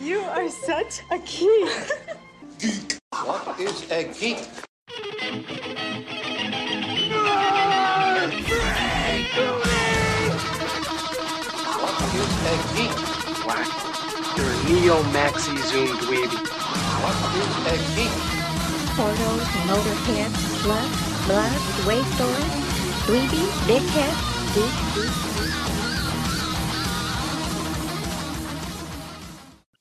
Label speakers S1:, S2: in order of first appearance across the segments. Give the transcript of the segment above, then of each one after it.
S1: You are such a geek.
S2: What is a geek? What is a geek?
S3: Black. You're a neo maxi zoom dweeby.
S2: What is a geek?
S4: Portals, motorhead, slut, blood, wasteland, dweeby, dickhead, geek, geek,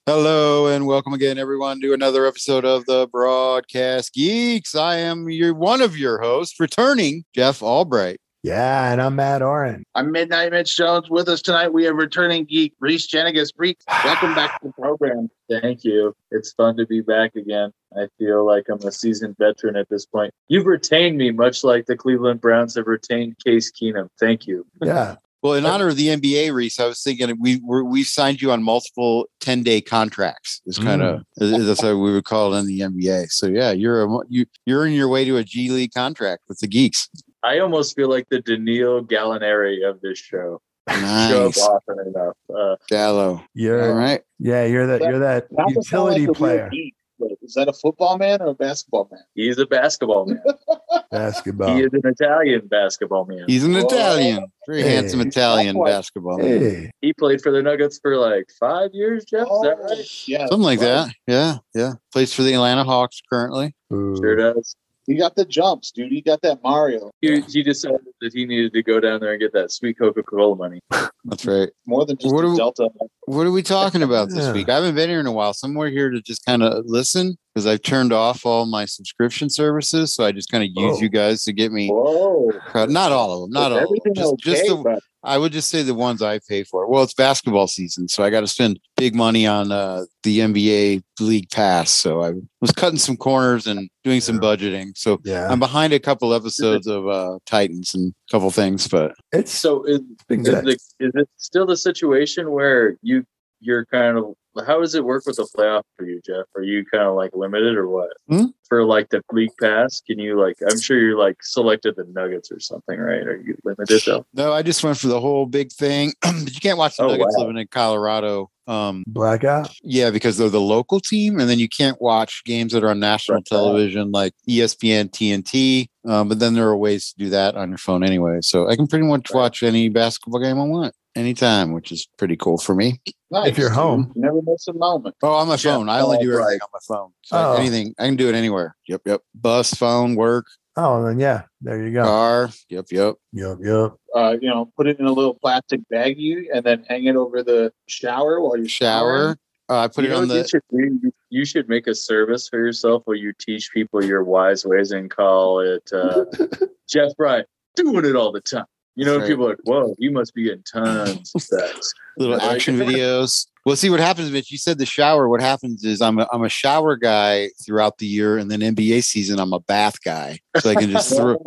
S5: Hello and welcome again, everyone, to another episode of the Broadcast Geeks. I am your one of your hosts, returning Jeff Albright.
S6: Yeah, and I'm Matt Oren.
S7: I'm Midnight Mitch Jones. With us tonight, we have returning geek Reese Jenigas. Reese, welcome back to the program.
S8: Thank you. It's fun to be back again. I feel like I'm a seasoned veteran at this point. You've retained me, much like the Cleveland Browns have retained Case Keenum. Thank you.
S6: Yeah.
S5: Well, in honor of the NBA, Reese, I was thinking we we're, we signed you on multiple ten day contracts. Is kind of that's how we would call it in the NBA. So yeah, you're a, you you're in your way to a G League contract with the Geeks.
S8: I almost feel like the Danilo Gallinari of this show. Show up
S5: Nice,
S8: often enough. Uh,
S5: Gallo. All
S6: You're
S5: right,
S6: yeah, you're that you're that
S7: That doesn't sound
S6: utility
S7: like a real
S6: player.
S7: geek, but Is that a football man or a basketball man?
S8: he's a basketball man.
S6: Basketball.
S8: He is an Italian basketball man.
S5: he's an
S7: Whoa.
S5: Italian, very
S6: Hey.
S5: handsome Italian
S7: Likewise.
S5: basketball, man.
S6: Hey.
S8: He played for the Nuggets for like five years, Jeff. Is that right?
S7: yeah.
S5: something like
S7: Well,
S5: that. Yeah, yeah. Plays for the Atlanta Hawks currently.
S6: Ooh.
S8: Sure does.
S7: He got the jumps, dude. He got that Mario.
S8: He, he decided that he needed to go down there and get that sweet Coca Cola money.
S5: That's right.
S7: More than just
S5: What
S7: a
S5: do-
S7: Delta.
S5: What are we talking about this
S6: Yeah.
S5: week? I haven't been here in a while, so I'm more here to just kind of listen because I've turned off all my subscription services. So I just kind of use
S6: Oh.
S5: you guys to get me.
S8: Whoa.
S5: Not all of them. Not
S7: Is
S5: all. Of them.
S7: everything
S5: Just,
S7: okay,
S5: just the.
S7: bud?
S5: I would just say the ones I pay for. Well, it's basketball season, so I got to spend big money on uh, the NBA league pass. So I was cutting some corners and doing some
S6: Yeah.
S5: budgeting. So
S6: Yeah.
S5: I'm behind a couple episodes of uh, Titans and a couple things, but
S6: It's so
S8: So is,
S6: things
S8: Is,
S6: that-
S8: the, is it still the situation where you you're kind of how does it work with the playoff for you, Jeff? Are you kind of like limited or what?
S5: Hmm?
S8: For like the league pass, can you like? I'm sure you're like selected the Nuggets or something, right? Are you limited though?
S5: no, I just went for the whole big thing. but you can't watch the
S8: Oh,
S5: Nuggets
S8: wow.
S5: living in Colorado. Um,
S6: blackout.
S5: Yeah, because they're the local team, and then you can't watch games that are on national
S8: Right.
S5: television like E ESPN, TNT. Um, but then there are ways to do that on your phone anyway. So I can pretty much
S8: Right.
S5: watch any basketball game I want anytime, which is pretty cool for me.
S7: Nice,
S6: If you're
S7: dude.
S6: home.
S7: You never miss a moment.
S5: Oh, on my phone, I only
S7: oh,
S5: do everything
S7: right.
S5: on my phone. So I-
S6: Oh.
S5: anything I can do it anywhere. Yep, yep. Bus, phone, work,
S6: Oh, then yeah, there you go.
S5: car. Yep, yep.
S6: Yup, yup.
S7: Uh, you know, put it in a little plastic baggie and then hang it over the shower while you're
S5: Shower.
S7: showering.
S5: Uh, I put it
S8: You know
S5: on
S8: what you
S5: the.
S8: should do? You- You should make a service for yourself where you teach people your wise ways and call it uh, Jeff Bryant doing it all the time. You know,
S5: That's right.
S8: people are like, whoa, you must be getting tons of sex.
S5: little
S8: Like-
S5: action videos. Well, see what happens, Mitch. You said the shower. What happens is I'm a, I'm a shower guy throughout the year, and then NBA season I'm a bath guy, so I can just throw,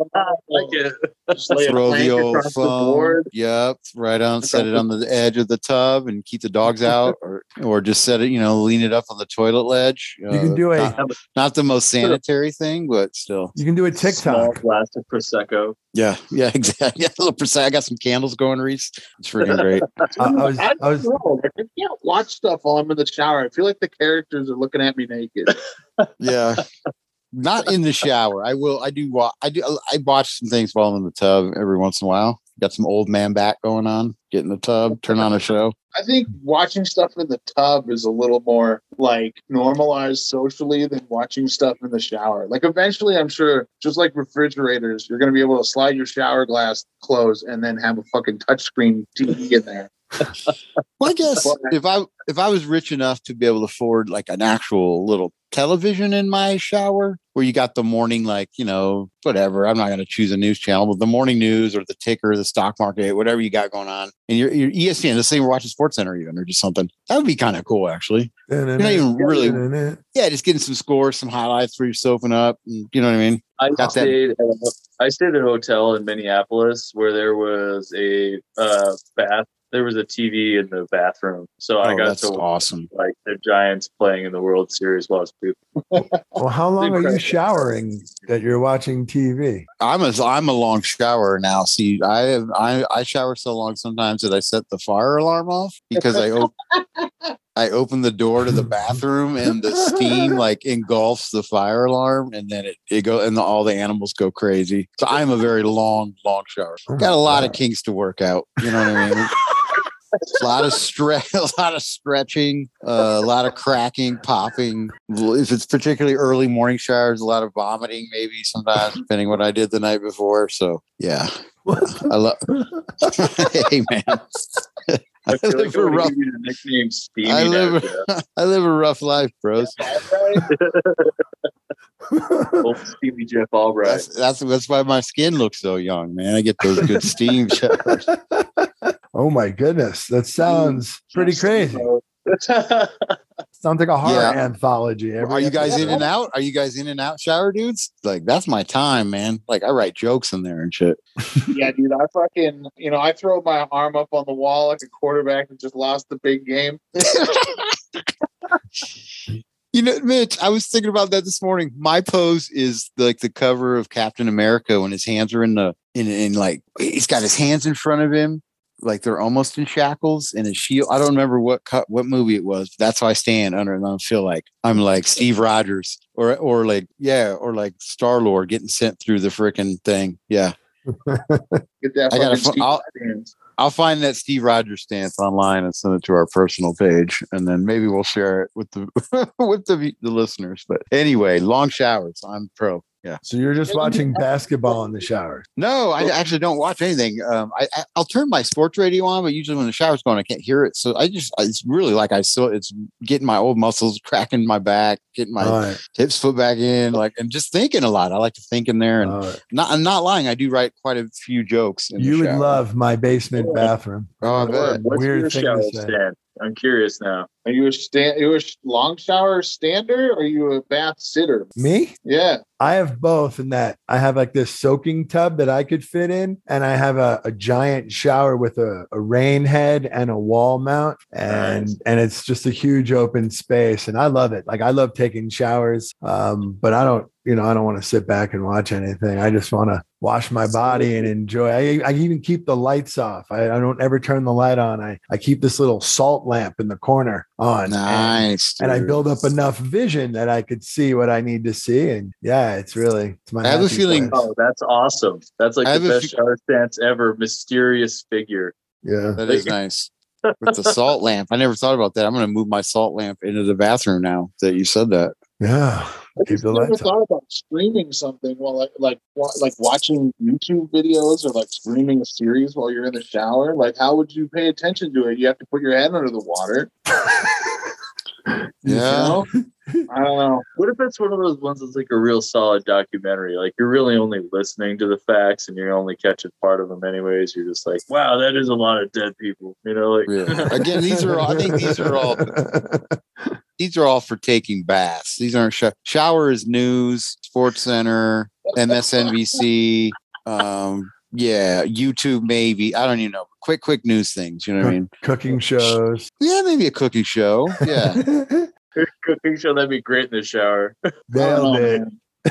S8: like it.
S7: Just lay a
S5: throw the
S7: plank
S5: old
S7: across the
S5: phone.
S7: board.
S5: yep, right on. Set it on the edge of the tub and keep the dogs out, or or just set it, you know, lean it up on the toilet ledge.
S6: You can do a
S5: uh, not, not the most sanitary thing, but still,
S6: you can do a
S8: Small
S6: TikTok.
S8: glass of prosecco.
S5: yeah, yeah, exactly. Yeah, a little precise. I got some candles going, Reese. It's freaking great.
S6: I, I was
S7: I
S6: I
S7: don't
S6: was
S7: know. Like, I can't watch stuff while I'm in the shower. I feel like the characters are looking at me naked.
S5: yeah not in the shower i will i do wa- i do i watch some things while i'm in the tub every once in a while got some old man back going on get in the tub turn on a show
S7: I think watching stuff in the tub is a little more like normalized socially than watching stuff in the shower. Like eventually, I'm sure, just like refrigerators, you're going to be able to slide your shower glass closed and then have a fucking touchscreen TV in there.
S5: well i guess if i if i was rich enough to be able to afford like an actual little television in my shower where you got the morning like you know whatever i'm not going to choose a news channel but the morning news or the ticker the stock market whatever you got going on and your, E your espn the same we're watching sports center even or just something that would be kind of cool actually you're not even really yeah, just getting some scores, some highlights where you're soaking up. And, you know what I mean?
S8: I
S5: Got that.
S8: stayed. At a, I stayed at a hotel in Minneapolis where there was a uh, bath. There was a TV in the bathroom, so I
S5: Oh,
S8: got
S5: that's
S8: to watch
S5: awesome.
S8: like the Giants playing in the World Series while I was pooping.
S6: Well, how long are you
S8: Incredible.
S6: showering that you're watching TV?
S5: I'm a I'm a long shower now. See, I have I, I shower so long sometimes that I set the fire alarm off because I op- I open the door to the bathroom and the steam like engulfs the fire alarm and then it, it go and the, all the animals go crazy. So I'm a very long long shower.
S6: Oh my
S5: Got a lot of
S6: God.
S5: kinks to work out. You know what I mean? a lot of stretch, a lot of stretching, uh, a lot of cracking, popping. If it's particularly early morning showers, a lot of vomiting, maybe sometimes, depending what I did the night before. So yeah, I love. hey man, I
S8: I feel
S5: live
S8: like I
S5: a
S8: would
S5: rough,
S8: give you the nickname Stevie.
S5: I live-
S8: now, Jeff.
S5: I live a rough life, bros.
S8: Old Stevie Jeff Albright.
S5: That's, that's that's why my skin looks so young, man. I get those good steam showers.
S6: oh my goodness, that sounds pretty crazy. Sounds like a horror
S5: Yeah.
S6: anthology. Every
S5: Are you guys in
S6: episode.
S5: and out? Are you guys in and out shower dudes? Like that's my time, man. Like I write jokes in there and shit.
S7: yeah, dude, I fucking, you know, I throw my arm up on the wall like a quarterback that just lost the big game.
S5: You know, Mitch, I was thinking about that this morning. My pose is like the cover of Captain America when his hands are in the in in like he's got his hands in front of him, like they're almost in shackles, and his shield. I don't remember what cut what movie it was. But that's how I stand under, and I feel like I'm like Steve Rogers or or like yeah or like Star Lord getting sent through the freaking thing. Yeah,
S7: Get that
S5: I gotta
S7: fucking
S5: fu- I'll-
S7: Steve Rogers.
S5: I'll find that Steve Rogers stance online and send it to our personal page, and then maybe we'll share it with the with the the listeners. But anyway, long showers. I'm pro. Yeah.
S6: So you're just watching basketball in the shower.
S5: No, I actually don't watch anything. Um, I, I I'll turn my sports radio on, but usually when the shower's going, I can't hear it. So I just it's really like I still it's getting my old muscles cracking my back, getting my
S6: All right,
S5: hips put back in, like and just thinking a lot. I like to think in there, and
S6: all right.
S5: not I'm not lying. I do write quite a few jokes. In the
S6: Uh-huh. You would
S5: shower.
S6: love my basement bathroom.
S5: Oh, I bet.
S8: What's
S6: Weird
S8: your
S6: thing
S8: shower
S6: to say.
S8: stand? I'm curious now.
S7: Are you a stand? You a sh- long shower stander? Or are you a bath sitter?
S6: Me?
S7: Yeah,
S6: I have both in that I have like this soaking tub that I could fit in, and I have a, a giant shower with a, a rain head and a wall mount, and
S8: Nice.
S6: and it's just a huge open space, and I love it. Like I love taking showers, um, but I don't, you know, I don't want to sit back and watch anything. I just want to wash my body and enjoy. I, I even keep the lights off. I, I don't ever turn the light on. I I keep this little salt lamp in the corner on. and-
S5: Nice.
S6: and I
S5: dude.
S6: build up enough vision that I could see what I need to see. And yeah, it's really it's my.
S5: I have a
S6: happy
S5: feeling-
S6: place.
S8: Oh, that's awesome. That's like
S5: I have
S8: the
S5: a
S8: best
S5: few-
S8: shower stance ever. Mysterious figure.
S6: Yeah,
S5: That is nice. With the salt lamp, I never thought about that. I'm going to move my salt lamp into the bathroom now that you said that.
S6: yeah.
S7: I
S6: Keep
S7: just
S6: the
S7: never
S6: lights on.
S7: thought about streaming something while like like wa- like watching YouTube videos or like streaming a series while you're in the shower. Like, how would you pay attention to it? You have to put your head under the water.
S5: Yeah.
S7: I don't know.
S8: What if it's one of those ones that's like a real solid documentary? Like you're really only listening to the facts and you're only catching part of them anyways. You're just like, wow, that is a lot of dead people. You know, like
S5: Yeah. Again, these are all, I think these are all these are all for taking baths. These aren't sho- shower is news, Sports Center, MSNBC, um, yeah, YouTube maybe. I don't even know. Quick, quick news things. You know what I mean?
S6: cooking shows.
S5: Yeah, maybe a cooking show. Yeah,
S8: cooking show. That'd be great in the shower.
S7: I don't
S6: Nailed
S7: know,
S6: it.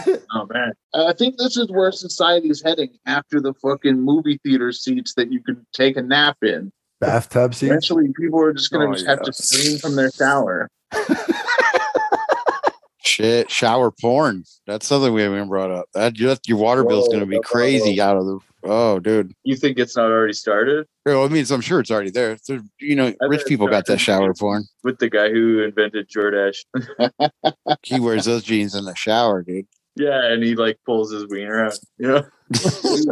S7: man.
S8: Oh man.
S7: I think this is where society's heading after the fucking movie theater seats that you can take a nap in.
S6: Bathtub seats.
S7: Eventually, people are just going to
S5: Oh,
S7: just have
S5: yeah.
S7: to stream from their shower.
S5: shit, shower porn. That's something we haven't even brought up. That just your water bill's going to be
S8: Whoa.
S5: crazy out of the. Oh, dude.
S8: You think it's not already started
S5: Well, I mean, I'm sure it's already there. There- you know,
S8: bet
S5: rich
S8: it's
S5: people got that
S8: already-
S5: shower porn.
S8: with the guy who invented Jordash?
S5: He wears those jeans in the shower, dude.
S8: Yeah, and he like pulls his wiener out. You know, this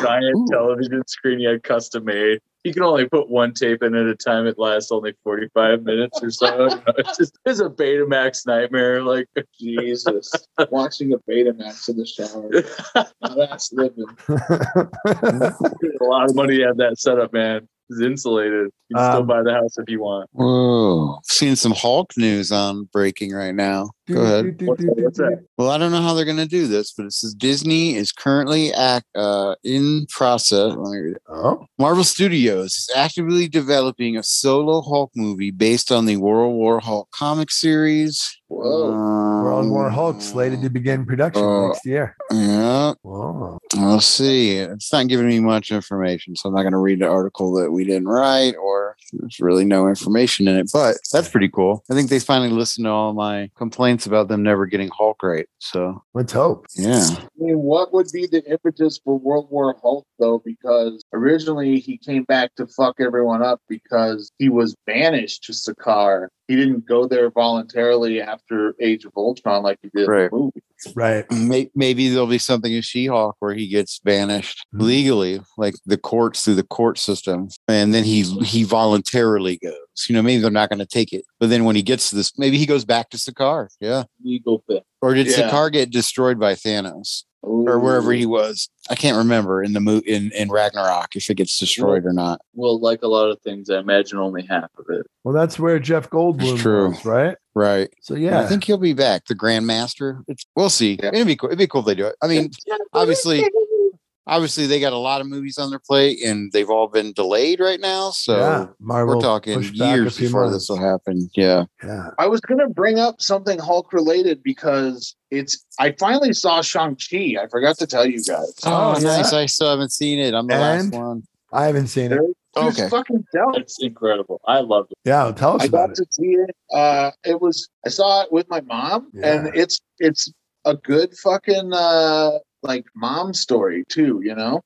S8: giant
S5: Ooh.
S8: television screen he had custom made. He can only put one tape in at a time. It lasts only forty five minutes or so. You know, it's just it's a Betamax nightmare. Like,
S7: Jesus, watching a Betamax in the shower. Now That's living.
S8: a lot of money to have that set up, man. is insulated. You can still
S6: Um,
S8: buy the house if you want.
S5: Whoa. Seeing some Hulk news on breaking right now. Go ahead.
S8: What's that? What's that?
S5: Well, I don't know how they're going to do this, but it says Disney is currently act, uh, in process. Let me read it.
S6: Oh,
S5: Marvel Studios is actively developing a solo Hulk movie based on the World War Hulk comic series.
S7: Whoa.
S6: World War
S5: Um,
S6: Hulk slated to begin production
S5: uh,
S6: next year.
S5: Yeah,
S6: Whoa.
S5: I'll see. It's not giving me much information, so I'm not going to read the article that we didn't write, or there's really no information in it. But that's pretty cool. I think they finally listened to all my complaints about them never getting Hulk right. So
S6: Let's hope.
S5: yeah,
S7: I mean, what would be the impetus for World War Hulk though? Because originally he came back to fuck everyone up because he was banished to Sakaar. He didn't go there voluntarily after Age of Ultron like he did
S5: Right.
S7: in the movie.
S6: Right.
S5: May- maybe there'll be something in She-Hulk where he gets banished
S6: Mhm.
S5: legally, like the courts through the court system, and then he he voluntarily goes. You know, maybe they're not going to take it, but then when he gets to this, maybe he goes back to Sakaar. Yeah,
S8: Legal thing.
S5: or did
S7: Yeah.
S5: Sakaar get destroyed by Thanos? or wherever he was. I can't remember in the mo- in in Ragnarok if it gets destroyed or not.
S8: Well, like a lot of things, I imagine only half of it.
S6: Well, that's where Jeff Goldblum
S5: It's true.
S6: was, right?
S5: Right.
S6: So
S5: Yeah.
S6: yeah,
S5: I think he'll be back. The Grandmaster. It's, we'll see.
S7: Yeah.
S5: It'd be cool. It'd be cool if they do it. I mean, obviously, obviously they got a lot of movies on their plate and they've all been delayed right now. So
S6: yeah, Marvel
S5: we're talking
S6: pushed back a
S5: years
S6: few
S5: before
S6: months.
S5: this will happen. Yeah.
S6: Yeah.
S7: I was gonna bring up something Hulk related because it's I finally saw Shang Chi. I forgot to tell you guys.
S5: Oh,
S6: Oh,
S5: nice. I still haven't seen it. I'm the
S6: And-
S5: last one.
S6: I haven't seen it.
S7: Just
S5: Oh, Okay.
S7: fucking tell
S8: It's incredible. I loved it.
S6: Yeah, tell us
S7: I
S6: about
S7: got
S6: it.
S7: to see it. Uh, it was I saw it with my mom,
S6: Yeah.
S7: and it's it's a good fucking uh, like mom story too. You know,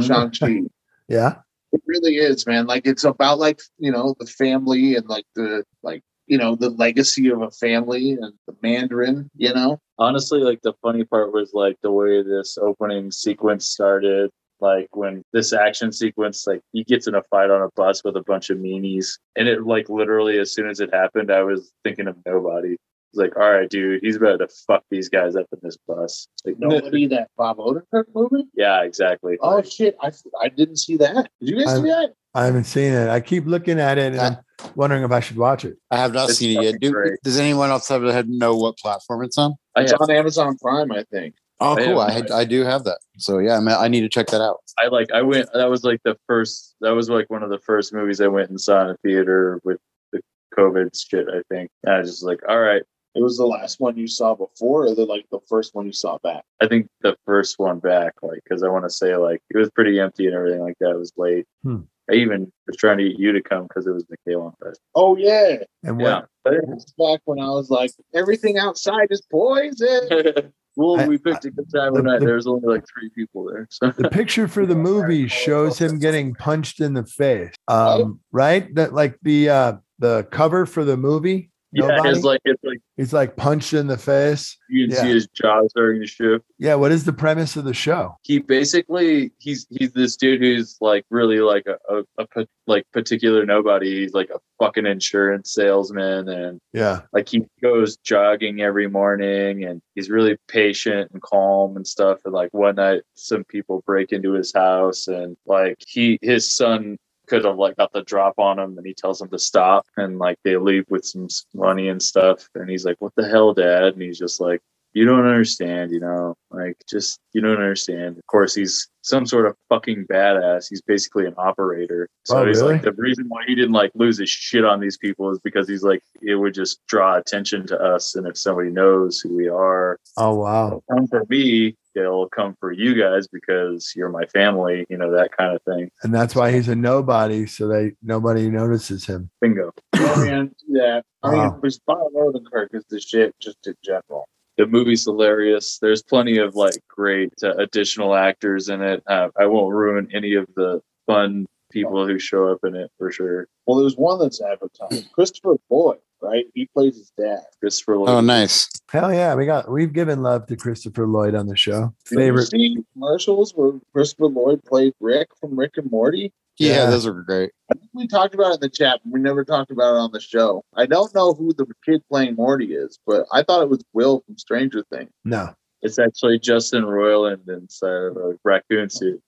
S6: Mm-hmm.
S7: Shang Chi.
S6: Yeah.
S7: It really is, man. Like it's about like you know the family and like the like you know the legacy of a family and the Mandarin. You know,
S8: Honestly, like the funny part was like the way this opening sequence started. Like when this action sequence, like he gets in a fight on a bus with a bunch of meanies, and it like literally as soon as it happened, I was thinking of nobody. It's like, all right, dude, he's about to fuck these guys up in this bus. Like
S7: nobody that Bob Odenkirk movie.
S8: Yeah, exactly.
S7: Oh
S8: Like,
S7: shit! I, I didn't see that. Did you guys
S6: I'm-
S7: see that?
S6: I haven't seen it. I keep looking at it and I'm wondering if I should watch it.
S5: I have not
S8: It's
S5: seen it yet.
S8: fucking
S5: Do,
S8: great.
S5: does anyone else have head know what platform it's on?
S8: I
S7: It's
S8: have-
S7: on Amazon Prime, I think.
S5: Oh,
S8: I have
S5: cool. I
S8: no
S5: had,
S8: idea.
S5: I do have that. So yeah, I'm, I need to check that out.
S8: I like I went that was like the first that was like one of the first movies I went and saw in a theater with the COVID shit, I think. And I was just like, all right.
S7: It was the last one you saw before, or the like the first one you saw back.
S8: I think the first one back, like, because I want to say, like, it was pretty empty and everything like that. It was late.
S6: Hmm.
S8: I even was trying to get you to come because it was Michaela. But
S7: Oh yeah,
S6: And
S8: yeah,
S6: what?
S7: It's back when I was like, everything outside is poison.
S8: well,
S6: I-
S8: we picked a good time
S6: the-
S8: one night.
S6: the-
S8: There was only like three people there, so
S6: The picture for the movie shows him getting punched in the face. Um, right? That like the uh the cover for the movie.
S8: yeah,
S6: Nobody?
S8: it's like it's like
S6: He's like punched in the face.
S8: you can see
S6: Yeah.
S8: his jaw starting to shift.
S6: Yeah, what is the premise of the show?
S8: he basically he's he's this dude who's like really like a, a, a pa- like particular nobody he's like a fucking insurance salesman and
S6: Yeah.
S8: like he goes jogging every morning and he's really patient and calm and stuff and like one night some people break into his house and like he his son could have like got the drop on him and he tells him to stop and like they leave with some s- money and stuff and he's like what the hell dad and he's just like you don't understand you know like just you don't understand of course he's some sort of fucking badass he's basically an operator so
S6: Oh,
S8: he's
S6: really?
S8: like the reason why he didn't like lose his shit on these people is because he's like it would just draw attention to us and if somebody knows who we are
S6: Oh wow.
S8: they'll come for me they'll come for you guys because you're my family you know that kind of thing
S6: And that's why he's a nobody, so they nobody notices him.
S8: bingo
S7: Oh, man, yeah. I mean,
S6: Wow.
S7: it was Bob Odenkirk is the shit just in general.
S8: the movie's hilarious. There's plenty of like great uh, additional actors in it. Uh, I won't ruin any of the fun people who show up in it for sure.
S7: Well, there's one that's advertised. Christopher Boyd, right? He plays his dad.
S8: Christopher Lloyd.
S6: Um,
S5: Oh, nice.
S6: Hell yeah, we got we've given love to Christopher Lloyd on the show. Favorite
S7: Did you see commercials where Christopher Lloyd played Rick from Rick and Morty?
S5: Yeah,
S6: Yeah.
S5: those are great.
S7: We talked about it in the chat, but we never talked about it on the show. I don't know who the kid playing Morty is, but I thought it was Will from Stranger Things.
S6: no.
S8: It's actually Justin Roiland inside of a raccoon suit.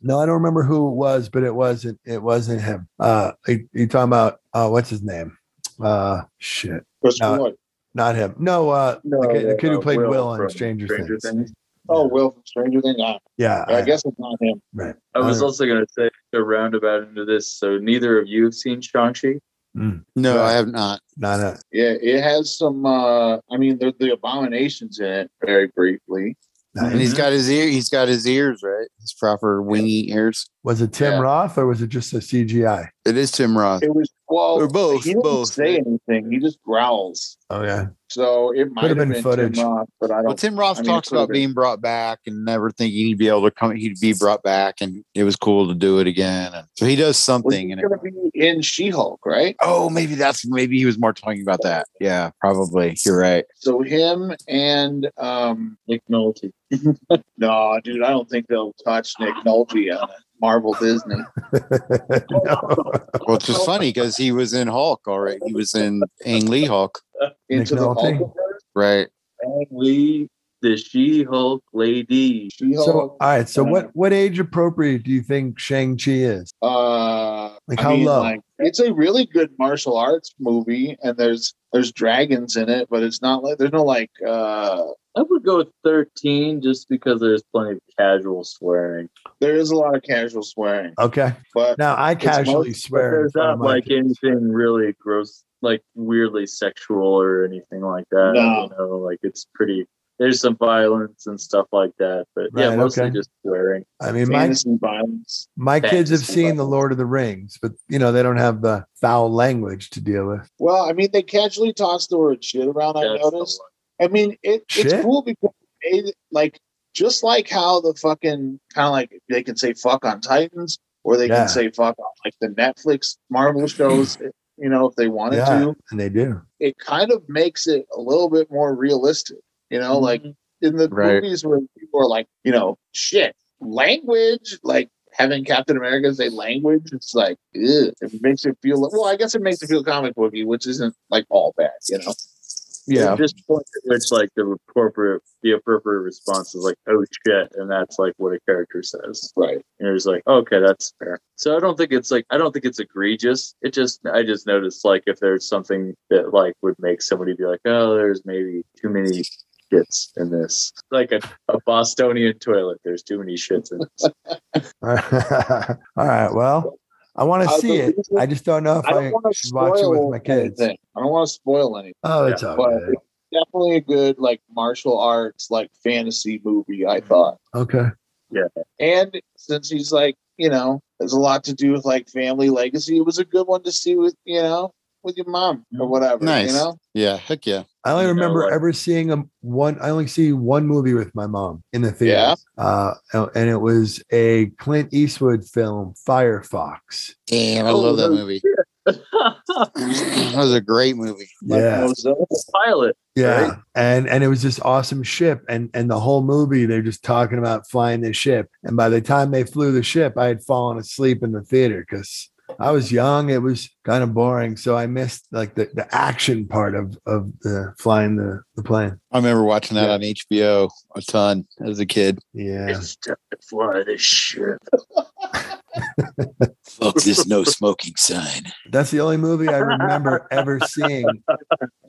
S6: No, I don't remember who it was, but it wasn't. It wasn't him. Uh, you you talking about uh, what's his name? Uh, shit,
S7: Christopher
S6: No.
S7: Lloyd.
S6: not him. No, uh,
S7: No,
S6: the, kid, the
S7: yeah,
S6: kid who
S8: Uh,
S6: played Will,
S8: from
S6: on Stranger, Things.
S7: Oh, Will from Stranger Things. Ah,
S6: Yeah,
S7: I guess it's not him.
S6: right.
S8: I was
S6: Uh,
S8: also going to say a roundabout into this. So neither of you have seen Shang-Chi.
S5: No,
S6: Right.
S5: I have not.
S6: Not a,
S7: Yeah, it has some. uh I mean, there's the abominations in it very briefly.
S5: And
S7: Mhm.
S5: he's got his ear. He's got his ears right. His proper wingy ears.
S6: was it Tim
S7: Yeah.
S6: Roth or was it just a CGI?
S5: It is Tim Roth.
S7: It was well,
S5: Or both,
S7: He didn't
S5: both.
S7: say anything. He just growls.
S6: Oh yeah,
S7: So it might
S6: have
S7: have
S6: been
S7: been,
S6: footage.
S7: Tim Roth, but I
S5: Well,
S7: don't.
S5: Tim Roth
S7: I mean,
S5: talks
S7: it could've
S5: about
S7: been-
S5: being brought back and never thinking he'd be able to come. He'd be brought back, and it was cool to do it again. And so he does
S7: Well,
S5: something.
S7: he's
S5: And it,
S7: going to be in She-Hulk, right?
S5: oh, maybe that's maybe he was more talking about that. Yeah, probably. You're right.
S7: So him and um Nick Nolte. no, dude, I don't think they'll touch Nick Nolte on Marvel Disney.
S6: No.
S5: Well, it's just funny because he was in Hulk already. He was in Ang Lee Hulk,
S6: Nick
S7: Into the
S6: Nolte?
S7: Hulkverse,
S5: right?
S8: Lee, the She-Hulk lady.
S6: So, all
S7: She-Hulk.
S6: right. So, what what age appropriate do you think Shang Chi is?
S7: uh,
S6: Like,
S7: I
S6: how
S7: mean,
S6: low?
S7: like, it's a really good martial arts movie, and there's there's dragons in it, but it's not like there's no like uh
S8: I would go with 13 just because there's plenty of casual swearing.
S7: there is a lot of casual swearing,
S6: Okay.
S7: but
S6: Now, I casually
S7: most-
S8: But
S6: swear. in
S8: there's
S6: front of
S8: not
S6: my
S8: like
S6: kids.
S8: anything really gross, like weirdly sexual or anything like that.
S7: No.
S8: You know, like it's pretty, there's some violence and stuff like that. But yeah,
S6: Right,
S8: mostly
S6: okay.
S8: just swearing.
S6: I mean, my
S7: fantasy violence.
S6: my kids have
S7: fantasy
S6: seen the
S7: levels.
S6: Lord of the Rings, but you know they don't have the foul language to deal with.
S7: Well, I mean, they casually toss the word shit around. I
S8: That's the
S7: noticed.
S8: one.
S7: I mean, it,
S6: Shit.
S7: it's cool because it, like just like how the fucking kind of like they can say fuck on Titans or they
S6: Yeah.
S7: can say fuck on like the Netflix Marvel shows, you know, if they wanted
S6: Yeah.
S7: to.
S6: And they do.
S7: It kind of makes it a little bit more realistic, you know, like in the
S5: Right.
S7: movies where people are like, you know, shit, language, like having Captain America say language, it's like, ugh, it makes it feel well, I guess it makes it feel comic booky, which isn't like all bad, you know.
S8: At this point, it's like the appropriate, the appropriate response is like, "Oh shit," and that's like what a character says.
S7: Right.
S8: And it's like, "Okay, that's fair." So I don't think it's like I don't think it's egregious. It just I just noticed like if there's something that like would make somebody be like, "Oh, there's maybe too many shits in this," like a, a Bostonian toilet. There's too many shits in this.
S6: all right. Well, I want to
S7: Uh,
S6: see
S7: the
S6: it.
S7: reason-
S6: I just don't know if
S7: I
S6: I,
S7: don't want to
S6: should watch it with
S7: spoil
S6: my kids.
S7: anything. I don't want to spoil anything,
S6: Oh, it's all
S7: but
S6: good.
S7: it's definitely a good like martial arts like fantasy movie. I
S6: Mm-hmm.
S7: thought,
S6: Okay.
S7: and since he's like you know, there's a lot to do with like family legacy. It was a good one to see with you know with your mom or
S6: Mm-hmm.
S7: whatever.
S5: Nice.
S7: You know,
S5: Yeah, heck yeah.
S6: I only
S8: You know,
S6: remember
S8: like-
S6: ever seeing a one. I only see one movie with my mom in the theater, uh, and it was a Clint Eastwood film, Firefox.
S5: Damn, I
S8: Oh,
S5: love that
S8: no
S5: movie. that was a great movie.
S7: Like
S6: Yeah,
S8: oh,
S7: Mozilla.
S8: Pilot.
S6: yeah,
S8: right?
S6: and and it was this awesome ship, and and the whole movie they're just talking about flying the ship, and by the time they flew the ship, I had fallen asleep in the theater because. I was young. It was kind of boring, so I missed like the, the action part of of the flying the, the plane.
S5: I remember watching that
S6: Yeah.
S5: on HBO a ton as a kid.
S6: Yeah,
S8: It's time to fly this shit.
S5: Fuck this no smoking sign.
S6: That's the only movie I remember ever seeing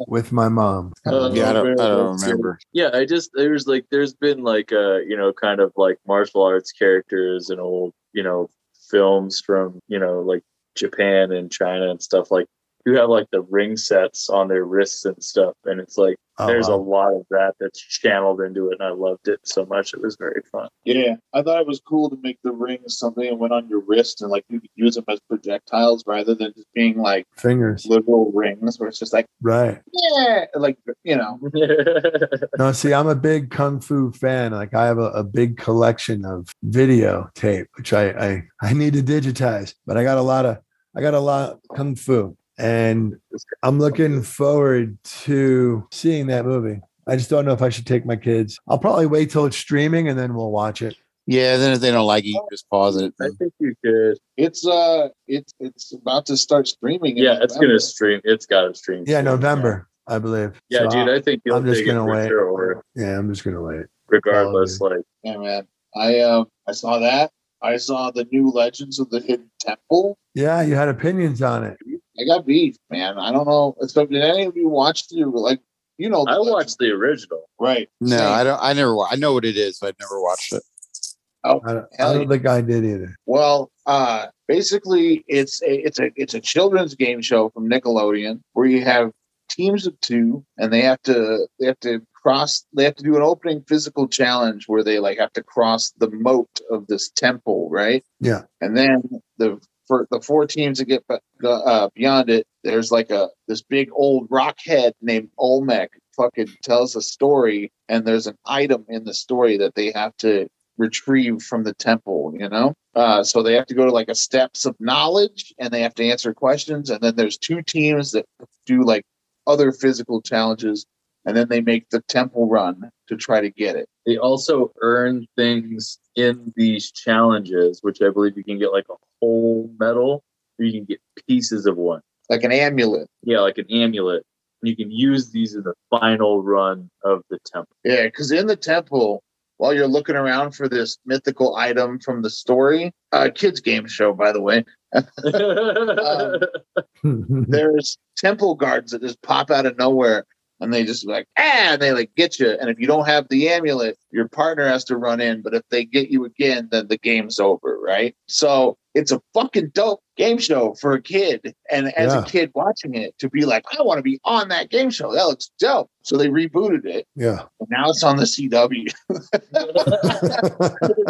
S6: with my mom.
S8: Uh,
S5: Oh, Yeah, I don't, I don't
S8: That's it.
S5: remember.
S8: Yeah, I just there's like there's been like uh you know kind of like martial arts characters and old you know films from you know like Japan and China and stuff like who have like the ring sets on their wrists and stuff and it's like
S6: Oh,
S8: there's a
S6: wow.
S8: lot of that that's channeled into it and I loved it so much it was very fun.
S7: Yeah, I thought it was cool to make the rings something that went on your wrist and like you could use them as projectiles rather than just being like
S6: fingers.
S7: literal rings where it's just like
S6: Right.
S7: yeah, like you know.
S6: No, see, I'm a big kung fu fan. Like I have a, a big collection of videotape, which I, I I need to digitize, but I got a lot of I got a lot of kung fu. And I'm looking forward to seeing that movie. I just don't know if I should take my kids. I'll probably wait till it's streaming and then we'll watch it.
S5: Yeah, then if they don't like it, you just pause it.
S8: I think you could
S7: It's uh, it's it's about to start streaming. in
S8: yeah it's
S7: November.
S8: gonna stream it's got to stream
S6: Yeah,
S8: soon.
S6: November, I believe.
S8: yeah
S6: So
S8: dude I think you'll
S6: I'm just
S8: dig it
S6: gonna
S8: for
S6: wait.
S8: sure,
S6: Yeah, I'm just gonna wait.
S8: regardless like
S7: Yeah, man. I um I saw that. I saw the new Legends of the Hidden Temple.
S6: Yeah, you had opinions on it.
S7: I got beef, man. I don't know. So did any of you watch through? Like, you know, the
S8: I
S7: Legends-
S8: watched the original.
S7: Right.
S5: No,
S7: Same.
S5: I don't. I never. wa- I know what it is, but I never watched it.
S6: I don't, I
S7: Hell
S6: don't
S7: yeah.
S6: think I did either.
S7: Well, uh, basically, it's a it's a it's a children's game show from Nickelodeon where you have teams of two, and they have to they have to cross they have to do an opening physical challenge where they like have to cross the moat of this temple, right?
S6: Yeah.
S7: and then the for the four teams that get be- go- uh, beyond it, there's like a this big old rock head named Olmec fucking tells a story, and there's an item in the story that they have to retrieve from the temple, you know? Uh, so they have to go to like a steps of knowledge and they have to answer questions. And then there's two teams that do like other physical challenges and then they make the temple run to try to get it.
S8: They also earn things in these challenges, which I believe you can get like a whole medal or you can get pieces of one.
S7: Like an amulet.
S8: Yeah, like an amulet. And you can use these in the final run of the temple.
S7: Yeah, because in the temple, while you're looking around for this mythical item from the story, uh, kids game show, by the way, Um. there's temple guards that just pop out of nowhere and they just like ah and they like get you and if you don't have the amulet your partner has to run in but if they get you again then the game's over right so it's a fucking dope game show for a kid and as
S6: Yeah.
S7: a kid watching it to be like i want to be on that game show that looks dope so they rebooted it
S6: Yeah.
S7: and now it's on the cw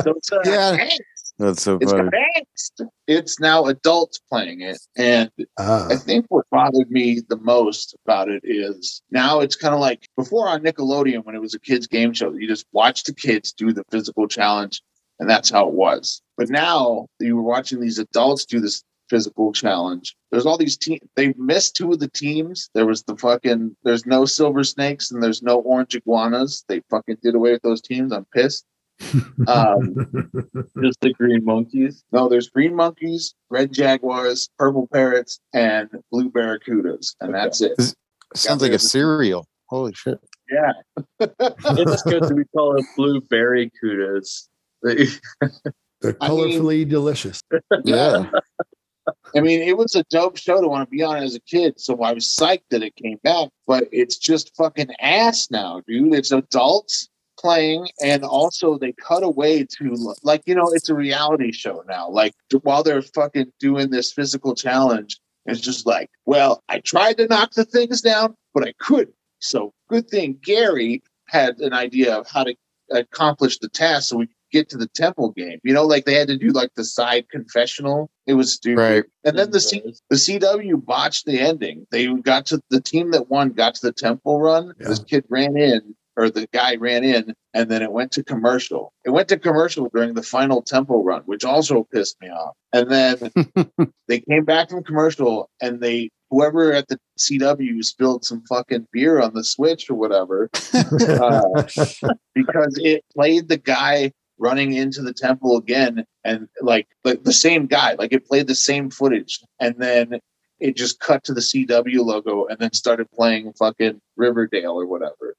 S7: So it's, uh,
S5: Yeah.
S7: angst.
S5: That's so
S7: it's got angst. it's now adults playing it and I
S6: Ah,
S7: think what bothered me the most about it is now it's kind of like before on Nickelodeon when it was a kids game show, you just watched the kids do the physical challenge and that's how it was. But now that you were watching these adults do this physical challenge. There's all these teams. They missed two of the teams. There was the fucking. There's no silver snakes and there's no orange iguanas. They fucking did away with those teams. I'm pissed. Um,
S8: Just the green monkeys.
S7: no, there's green monkeys, red jaguars, purple parrots, and blue barracudas, and that's it.
S5: Sounds like a cereal. Holy shit!
S7: Yeah,
S8: It's good that we call it blue barracudas.
S6: they're
S7: I mean-
S6: colorfully delicious.
S5: Yeah,
S7: I mean, it was a dope show to want to be on as a kid, so I was psyched that it came back. But it's just fucking ass now, dude. It's adults playing, and also they cut away to like you know, it's a reality show now. Like while they're fucking doing this physical challenge, it's just like, well, I tried to knock the things down, but I couldn't. So good thing Gary had an idea of how to accomplish the task, so we could get to the temple game. You know, like they had to do like the side confessional. It was stupid.
S5: right.
S7: And then the C- the CW botched the ending. They got to the team that won got to the temple run.
S6: Yeah.
S7: This kid ran in, or the guy ran in, and then it went to commercial. It went to commercial during the final temple run, which also pissed me off. And then they came back from commercial, and they whoever at the CW spilled some fucking beer on the switch or whatever, uh, because it played the guy running into the temple again and like like the same guy like it played the same footage and then it just cut to the CW logo and then started playing fucking Riverdale or whatever.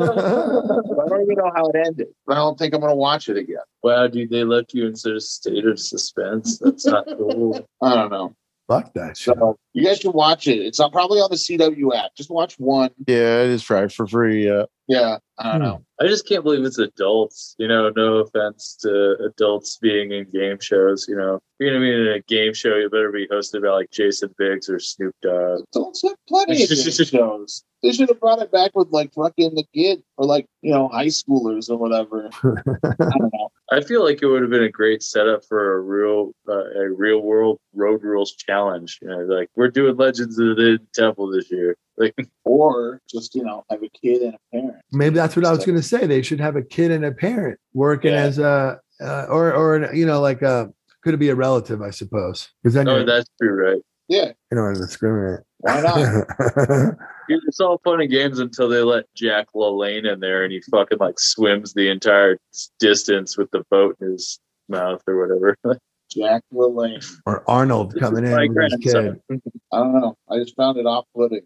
S7: I don't even know how it ended, but I don't think I'm gonna watch it again.
S8: wow, dude, they left you in such a state of suspense. That's not cool.
S7: I don't know.
S6: Fuck that shit.
S7: So you guys should watch it. It's on, probably on the CW app. Just watch one.
S5: Yeah, it is probably for free. Yeah.
S7: Yeah, I don't know.
S8: I just can't believe it's adults. You know, no offense to adults being in game shows. You know, if you're gonna be in a game show, you better be hosted by like Jason Biggs or Snoop Dogg.
S7: Adults have plenty of game shows. They should have brought it back with like fucking the kid or like you know high schoolers or whatever. I don't know.
S8: I feel like it would have been a great setup for a real, uh, a real world road rules challenge. You know, like we're doing Legends of the Temple this year. Like,
S7: Or just you know have a kid and a parent.
S6: Maybe that's what I was going to say. They should have a kid and a parent working
S8: Yeah.
S6: as a, uh, or, or, you know, like a, could it be a relative, I suppose? Because then
S8: oh,
S6: you're,
S8: that's true, right?
S7: Yeah,
S6: you don't want to discriminate.
S7: why not?
S8: It's all fun and games until they let Jack LaLanne in there and he fucking like swims the entire distance with the boat in his mouth or whatever.
S7: Jack LaLanne.
S6: or Arnold coming in
S8: My
S6: with his kid.
S8: grandson.
S7: I don't know. I just found it off-putting.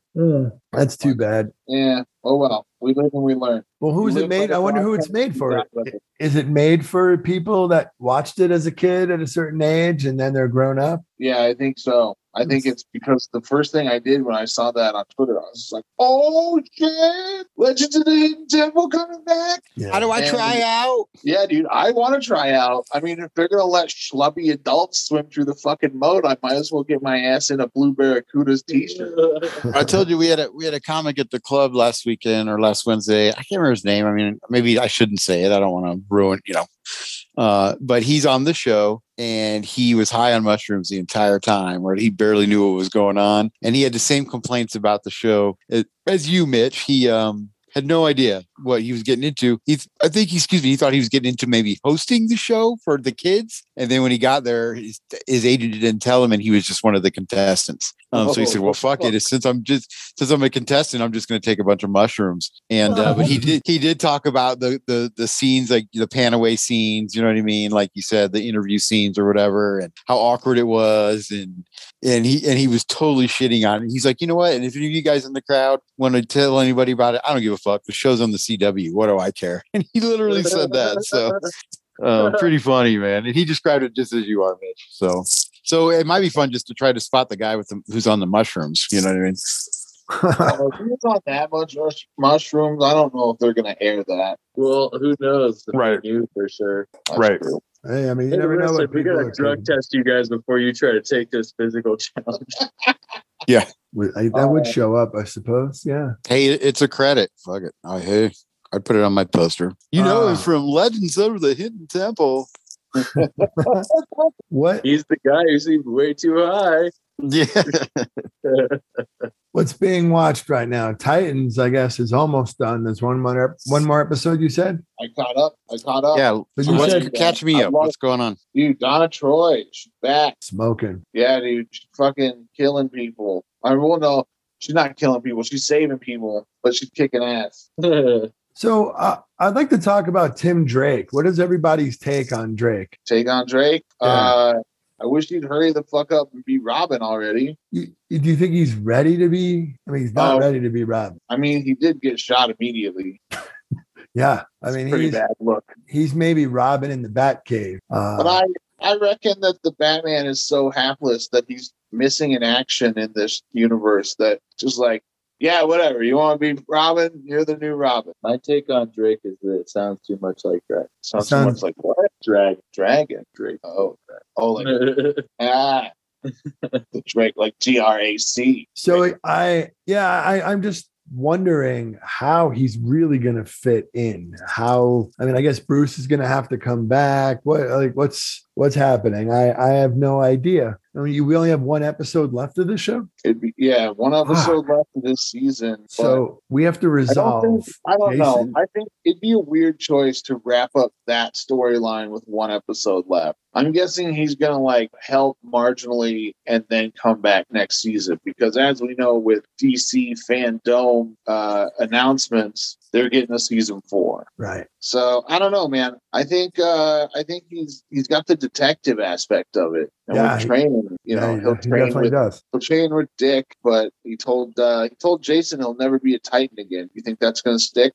S6: That's too bad.
S7: Yeah. Oh well. We live and we learn.
S6: Well, who's
S7: We
S6: it
S7: live
S6: made?
S7: like
S6: I
S7: a
S6: wonder who it's
S7: broadcast
S6: made for.
S7: exactly.
S6: Is it made for people that watched it as a kid at a certain age and then they're grown up?
S7: Yeah, I think so. I think it's because the first thing I did when I saw that on Twitter, I was just like, "Oh shit! Legends of the Hidden Temple coming back!"
S5: How do I
S7: And-
S5: try out?
S7: Yeah, dude, I want to try out. I mean, if they're gonna let schlubby adults swim through the fucking moat, I might as well get my ass in a blue barracuda's t-shirt.
S5: I told you we had a we had a comic at the club last weekend or last Wednesday. I can't remember his name. I mean, maybe I shouldn't say it. I don't want to ruin, you know. Uh, but he's on the show and he was high on mushrooms the entire time, or he barely knew what was going on. And he had the same complaints about the show as, as you, Mitch. He um had no idea what he was getting into. He, I think, he, excuse me, he thought he was getting into maybe hosting the show for the kids. And then when he got there, his, his agent didn't tell him, and he was just one of the contestants. Um, so he said,
S7: Oh,
S5: "Well, fuck it. Since I'm just since I'm a contestant, I'm just going to take a bunch of mushrooms." And uh, but he did he did talk about the the the scenes like the panaway scenes. You know what I mean? Like you said, the interview scenes or whatever, and how awkward it was, and and he and he was totally shitting on it. He's like, you know what? And if any of you guys in the crowd want to tell anybody about it, I don't give a fuck. The show's on the CW. What do I care? And he literally said that. So um, pretty funny, man. And he described it just as you are, Mitch. So so it might be fun just to try to spot the guy with the who's on the mushrooms. You know what I mean?
S7: Oh, if it's not that much mush- mushrooms. I don't know if they're gonna air that.
S8: Well, who knows?
S9: Right.
S8: You for sure.
S7: That's
S9: Right.
S7: true.
S6: hey, I mean, you
S8: Hey,
S6: never know
S8: Marissa,
S6: what
S8: we
S6: people
S8: gotta
S6: are
S8: drug
S6: thinking.
S8: test you guys before you try to take this physical challenge.
S6: Would- I- That
S7: Uh,
S6: would show up, I suppose. Yeah.
S5: Hey, it- it's a credit. Fuck it. I hey. I'd put it on my poster. You know
S6: Ah.
S5: him from Legends of the Hidden Temple.
S6: What
S8: He's the guy who seemed way too high.
S5: Yeah.
S6: What's being watched right now? Titans, I guess, is almost done. There's one more one more episode. You said
S7: I caught up. I caught up.
S5: Yeah.
S6: But you
S5: What's,
S6: said-
S5: catch me
S7: I
S5: up.
S7: love-
S5: What's going on?
S7: Dude, Donna Troy, she's back.
S6: smoking.
S7: Yeah, dude, she's fucking killing people. I mean, well, no, she's not killing people. She's saving people, but she's kicking ass.
S6: So uh, I'd like to talk about Tim Drake. What is everybody's take on Drake?
S7: Take on Drake.
S6: Yeah.
S7: Uh, I wish he'd hurry the fuck up and be Robin already.
S6: You, you- do you think he's ready to be? I mean, he's not
S7: Oh.
S6: ready to be Rob.
S7: I mean, he did get shot immediately.
S6: Yeah, I mean,
S7: Pretty
S6: he's
S7: bad look.
S6: he's maybe Robin in the Batcave.
S7: But
S6: Uh,
S8: Uh-huh.
S7: I, I reckon that the Batman is so hapless that he's missing in action in this universe that just like, yeah, whatever. You want to be Robin? You're the new Robin.
S8: My take on Drake is that it sounds too much like Drake.
S7: Sounds,
S6: Sounds-
S7: too much like what?
S8: Drag.
S7: Dragon. Drake. Oh, oh, like Ah, the Drake, like G R A C.
S6: so I, yeah, I, I'm just wondering how he's really going to fit in. How I mean, I guess Bruce is going to have to come back. What like what's what's happening? I I have no idea. I mean, you, we only have one episode left of the show,
S7: It'd be yeah, one episode left of this season. But
S6: Ah. so we have to
S7: I don't
S6: resolve.
S7: think I don't
S6: Jason.
S7: know. I think it'd be a weird choice to wrap up that storyline with one episode left. I'm guessing he's gonna like help marginally and then come back next season because as we know with DC fandom uh announcements, they're getting a season four.
S6: Right.
S7: So I don't know, man. I think uh I think he's he's got the detective aspect of it. And
S6: Yeah,
S7: we're
S6: he-
S7: training, you know,
S6: yeah,
S7: he'll
S6: he
S7: train
S6: definitely
S7: with
S6: does.
S7: he'll train with Dick, but he told uh he told Jason he'll never be a Titan again. You think that's gonna stick?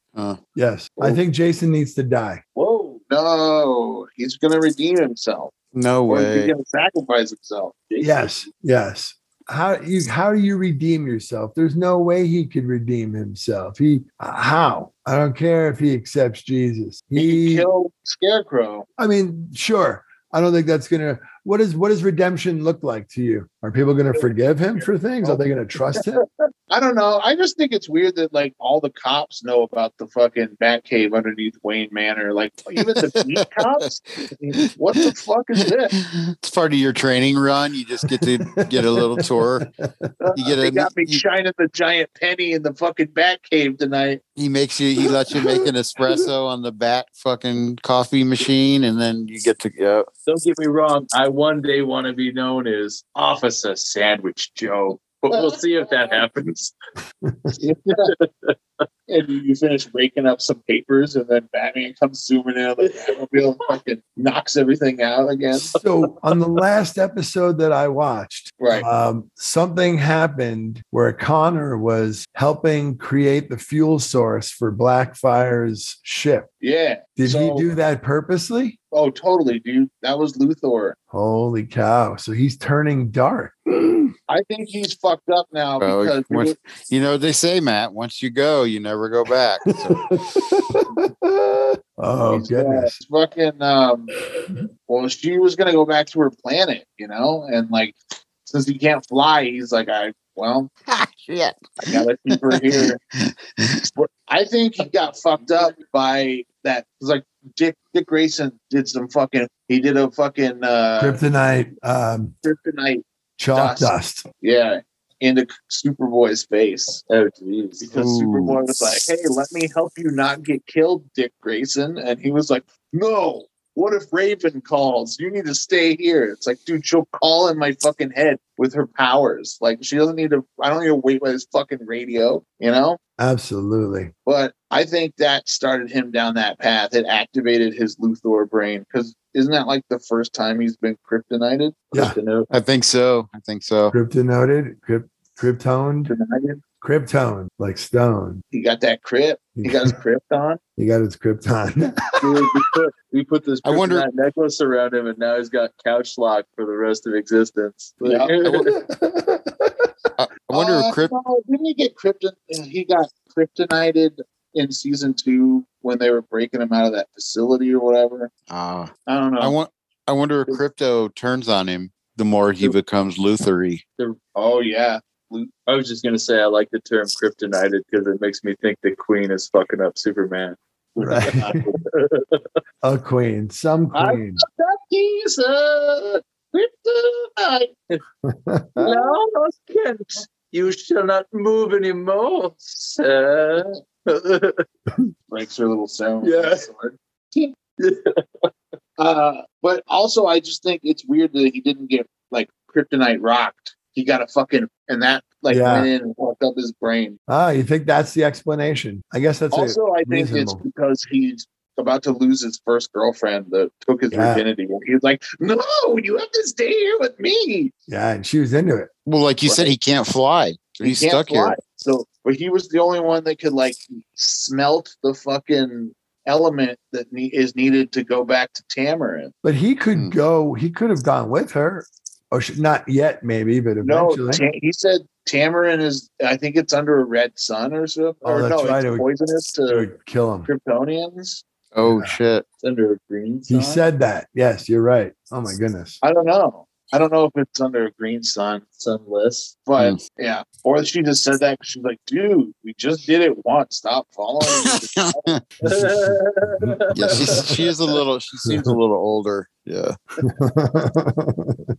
S6: Yes, I think Jason needs to die.
S8: Whoa.
S7: No, he's gonna redeem himself.
S5: No
S7: Or he's
S5: way.
S7: gonna sacrifice himself.
S6: Yes, yes. How you how do you redeem yourself? There's no way he could redeem himself. He uh, how? I don't care if he accepts Jesus.
S7: He
S6: He
S7: killed Scarecrow.
S6: I mean, sure. I don't think that's gonna what is what does redemption look like to you? Are people gonna forgive him for things? Are they gonna trust him?
S7: I don't know. I just think it's weird that like all the cops know about the fucking Batcave underneath Wayne Manor. Like even the beat cops. What the fuck is this?
S5: It's part of your training run. You just get to get a little tour. You get
S7: they
S5: a-
S7: got me
S5: you-
S7: shining the giant penny in the fucking bat cave tonight.
S5: He makes you. He lets you make an espresso on the bat fucking coffee machine, and then you get to go.
S8: Don't get me wrong. I one day want to be known as Officer Sandwich Joe, but we'll see if that happens.
S7: and you finish raking up some papers, and then Batman comes zooming in like Batmobile and fucking knocks everything out again.
S6: So on the last episode that I watched,
S7: Right.
S6: um, something happened where Connor was helping create the fuel source for Blackfire's ship.
S7: Yeah.
S6: Did
S7: So-
S6: he do that purposely?
S7: Oh, totally, dude. That was Luthor.
S6: Holy cow! So he's turning dark.
S7: I think he's fucked up now
S5: Oh,
S7: because
S5: he went- You know what they say, Matt. Once you go, you never go back. So,
S6: Oh
S7: He's, uh,
S6: goodness!
S7: fucking um well she was gonna go back to her planet you know and like since he can't fly he's like i well
S5: shit.
S7: i gotta keep her here But i think he got fucked up by that it's like dick dick grayson did some fucking he did a fucking uh
S6: Kryptonite, um,
S7: kryptonite
S6: chalk
S7: Dust.
S6: dust.
S7: yeah into superboy's face
S8: Oh, jeez.
S7: because
S5: Ooh.
S7: Superboy was like, "Hey, let me help you not get killed, Dick Grayson," and he was like, "No, what if Raven calls? You need to stay here." It's like, dude, she'll call in my fucking head with her powers. Like, she doesn't need to. I don't need to wait by this fucking radio, you know.
S6: Absolutely.
S7: But I think that started him down that path. It activated his Luthor brain because isn't that like the first time he's been kryptonited?
S6: Yeah.
S8: Kryptonite.
S5: I think so. I think so.
S6: Kryptonoted, Kryp- kryptoned,
S7: Kryptonited.
S6: krypton, like stone.
S7: He got that crypt. He got his crypt on.
S6: He got his krypton.
S8: Dude, we, put, we put this
S5: I wonder-
S8: kryptonite necklace around him, and now he's got couch lock for the rest of existence.
S7: Yeah.
S5: I wo- I wonder
S7: Uh,
S5: if Crypt.
S7: no, didn't he get krypton? He got kryptonited in season two when they were breaking him out of that facility or whatever.
S5: Ah,
S7: I don't know.
S5: I want. I wonder if Crypto turns on him the more he becomes Luthery.
S7: oh yeah,
S8: I was just gonna say I like the term kryptonited because it makes me think the Queen is fucking up Superman. Uh,
S6: right. A queen, some
S7: I-
S6: queen.
S7: that he's a kryptonite.
S8: No, Kent, you shall not move anymore, sir.
S7: breaks her little stone.
S8: Yeah.
S7: uh, but also, I just think it's weird that he didn't get like kryptonite rocked. He got a fucking and that like
S6: Yeah.
S7: went in and fucked up his brain.
S6: Ah, you think that's the explanation? I guess that's it.
S7: also, I think it's
S6: reasonable.
S7: because he's about to lose his first girlfriend that took his
S6: Yeah.
S7: virginity. He's like, "No, you have to stay here with me."
S6: Yeah, and she was into it.
S5: Well, like you said, he can't fly. So he's
S7: Can't
S5: stuck
S7: fly.
S5: here.
S7: So, but he was the only one that could like smelt the fucking element that ne- is needed to go back to Tamarin.
S6: But he could
S5: Hmm.
S6: go. He could have gone with her, or sh not yet, maybe, but
S7: No,
S6: eventually.
S7: Ta- he said Tamarin is. I think it's under a red sun or so.
S6: Oh,
S7: or
S6: that's
S7: no,
S6: right, it
S7: it's
S6: would-
S7: poisonous
S6: it
S7: to
S6: would kill him.
S7: Kryptonians.
S5: Oh shit!
S8: It's under a green
S6: He
S8: sign.
S6: said that. Yes, you're right. Oh my goodness.
S7: I don't know. I don't know if it's under a green sun.
S8: sunless.
S7: But
S6: Hmm.
S7: yeah, or she just said that 'cause she's like, dude, we just did it once. Stop following. me."
S5: Yeah, she's she is a little. She seems a little older. Yeah.
S6: the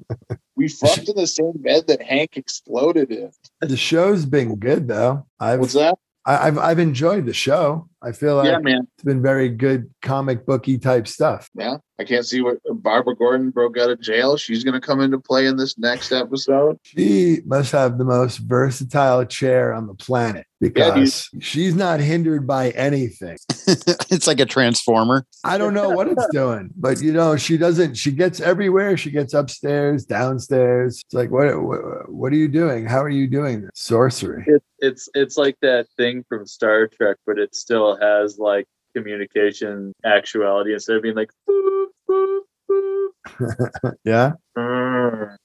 S7: we fucked in the same bed that Hank exploded in.
S6: show's been good though. I've
S7: What's that?
S6: I- I've I've enjoyed the show. I feel like
S7: yeah, man.
S6: it's been very good comic booky type stuff.
S7: Yeah, I can't see what Barbara Gordon broke out of jail. She's gonna come into play in this next episode.
S6: She must have the most versatile chair on the planet
S7: dude.
S6: because she's not hindered by anything.
S5: it's like a transformer.
S6: I don't know what it's doing, but you know, she doesn't, she gets everywhere. She gets upstairs, downstairs. It's like, what, what, what are you doing? How are you doing this? Sorcery.
S8: It, it's it's like that thing from Star Trek, but it still has like communication actuality instead of being like boop, boop, boop.
S6: Yeah.
S8: Brr.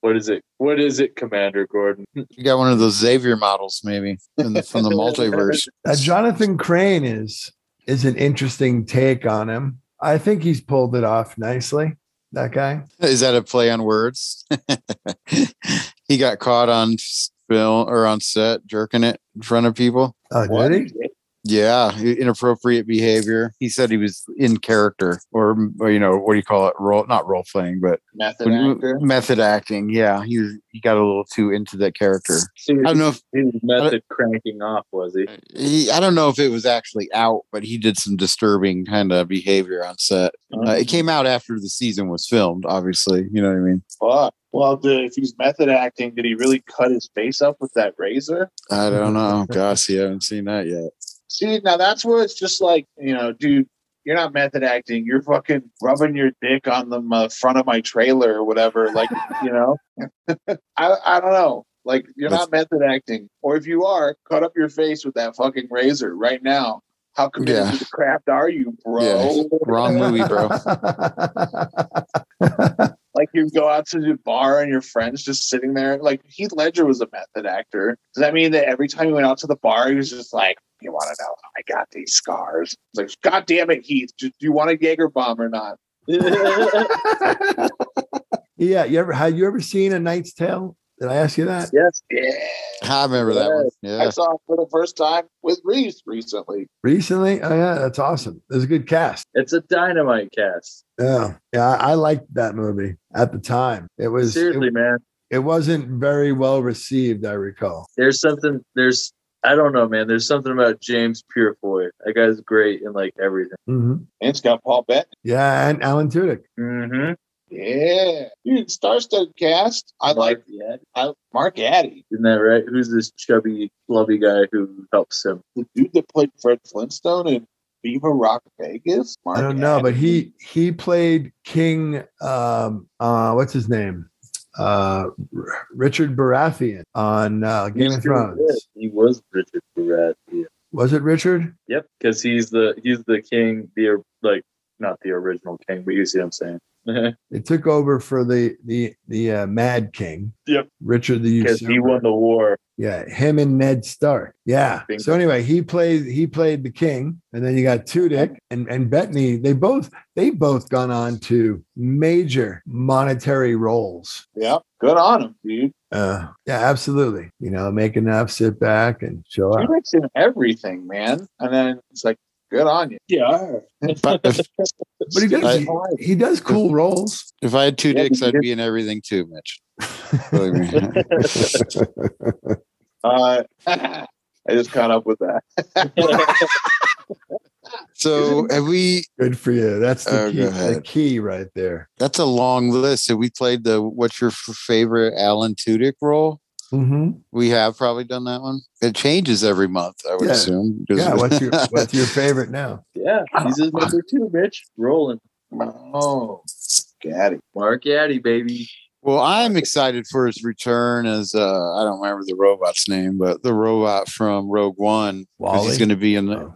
S8: what is it? What is it, Commander Gordon?
S5: You got one of those Xavier models, maybe in the, from the multiverse.
S6: Uh, Jonathan Crane is, is an interesting take on him. I think he's pulled it off nicely. That guy.
S5: Is that a play on words? he got caught on film or on set jerking it in front of people.
S6: Oh,
S7: What?
S6: did he?
S5: Yeah, i- inappropriate behavior. He said he was in character, or, or you know, what do you call it? Role, not role playing, but
S7: Method
S5: when-
S7: actor.
S5: method acting. Yeah, he was, he got a little too into that character.
S8: See,
S5: I don't know if
S8: his method cranking off was he?
S5: he, I don't know if it was actually out, but he did some disturbing kind of behavior on set. Uh,
S7: Mm-hmm.
S5: it came out after the season was filmed, obviously. You know what I mean?
S7: Fuck. Well, the, if he's method acting, did he really cut his face up with that razor?
S5: I don't know. Gosh, you haven't seen that yet.
S7: See, now that's where it's just like, you know, dude, you're not method acting. You're fucking rubbing your dick on the uh, front of my trailer or whatever. Like, you know, I, I don't know. Like, you're not method acting. Or if you are, cut up your face with that fucking razor right now. How committed
S5: Yeah.
S7: to the craft are you, bro?
S5: Yeah. Wrong movie, bro.
S7: Like, you go out to the bar and your friend's just sitting there. Like, Heath Ledger was a method actor. Does that mean that every time he went out to the bar, he was just like, you want to know, I got these scars. It's like, God damn it, Heath. Do do you want a Jaeger bomb or not?
S6: yeah, you ever have you ever seen A Knight's Tale? Did I ask you that?
S7: Yes. Yeah.
S5: I remember that one.
S7: I
S5: Yeah.
S7: saw it for the first time with Reese recently.
S6: Recently? Oh yeah, that's awesome. It was a good cast.
S8: It's a dynamite cast.
S6: Yeah, yeah, I, I liked that movie at the time. It was
S8: Seriously,
S6: it,
S8: man.
S6: it wasn't very well received, I recall.
S8: There's something. There's I don't know, man. There's something about James Purefoy. That guy's great in like everything.
S6: Mhm.
S7: And it's got Paul Bettany.
S6: Yeah, and Alan Tudyk.
S8: Mm-hmm.
S7: Yeah. Dude, star-studded cast. I like
S8: yeah.
S7: I, Mark Addy,
S8: Isn't that right? Who's this chubby, flubby guy who helps him?
S7: the dude that played Fred Flintstone in Beaver Rock Vegas. Mark
S6: I don't know, but
S7: Addy.
S6: he he played King. Um, uh, what's his name? Uh, R- Richard Baratheon on uh, Game of Thrones.
S8: He was Richard Baratheon.
S6: Was it Richard?
S8: Yep, because he's the he's the king. The like not the original king, but you see what I'm saying.
S6: They took over for the the the uh, Mad King.
S8: Yep.
S6: Richard the
S8: Because he
S6: Usurper.
S8: won the war.
S6: Yeah, him and Ned Stark. Yeah.
S8: Bingo.
S6: So anyway, he played he played the king, and then you got Tudyk and and Bettany. They both they both gone on to major monetary roles.
S7: Yeah. Good on him, dude.
S6: Uh, yeah, absolutely. You know, make enough, sit back, and chill
S7: He
S6: out.
S7: makes in everything, man. And then it's like, good on you. Yeah.
S5: But if,
S6: But he does, he, he does cool roles.
S5: if I had two
S7: Yeah,
S5: dicks,
S7: you
S5: I'd
S7: did.
S5: be in everything too, Mitch. Believe me.
S7: Uh, I just caught up with that.
S5: so have we?
S6: Good for you. That's the,
S5: Oh,
S6: key,
S5: go
S6: the
S5: ahead.
S6: key right there.
S5: That's a long list. Have we played the what's your f- favorite Alan Tudyk role?
S6: Mhm.
S5: We have probably done that one. It changes every month, I would
S6: Yeah.
S5: assume.
S6: Yeah. What's your What's your favorite now?
S8: Yeah, he's his number two, bitch. Rolling.
S7: oh, Gaddy.
S8: Mark Addy, baby.
S5: Well, I'm excited for his return as uh, I don't remember the robot's name, but the robot from Rogue One. 'cause
S6: Wally?
S5: He's going to be in the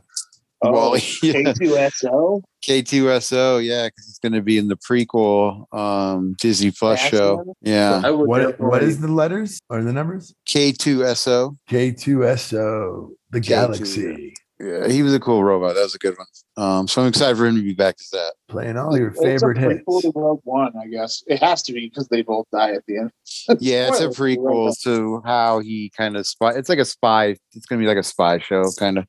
S6: Oh.
S5: Wally. yeah.
S7: K2SO.
S5: K2SO, yeah, because he's going to be in the prequel um, Disney Plus
S7: Last
S5: show.
S7: one?
S5: Yeah,
S8: I would
S6: What
S8: definitely-
S6: What is the letters or the numbers?
S5: K2SO.
S6: K two S O. The
S5: K2.
S6: galaxy.
S5: Yeah, he was a cool robot. That was a good one. Um, so I'm excited for him to be back as that.
S6: Playing all your
S7: Well, it's a
S6: favorite hits.
S7: prequel to Rogue One, I guess. It has to be because they both die at the end.
S5: Yeah, it's a
S7: Spoiler for Rogue One.
S5: prequel to how he kind of spy. It's like a spy. It's going to be like a spy show, kind of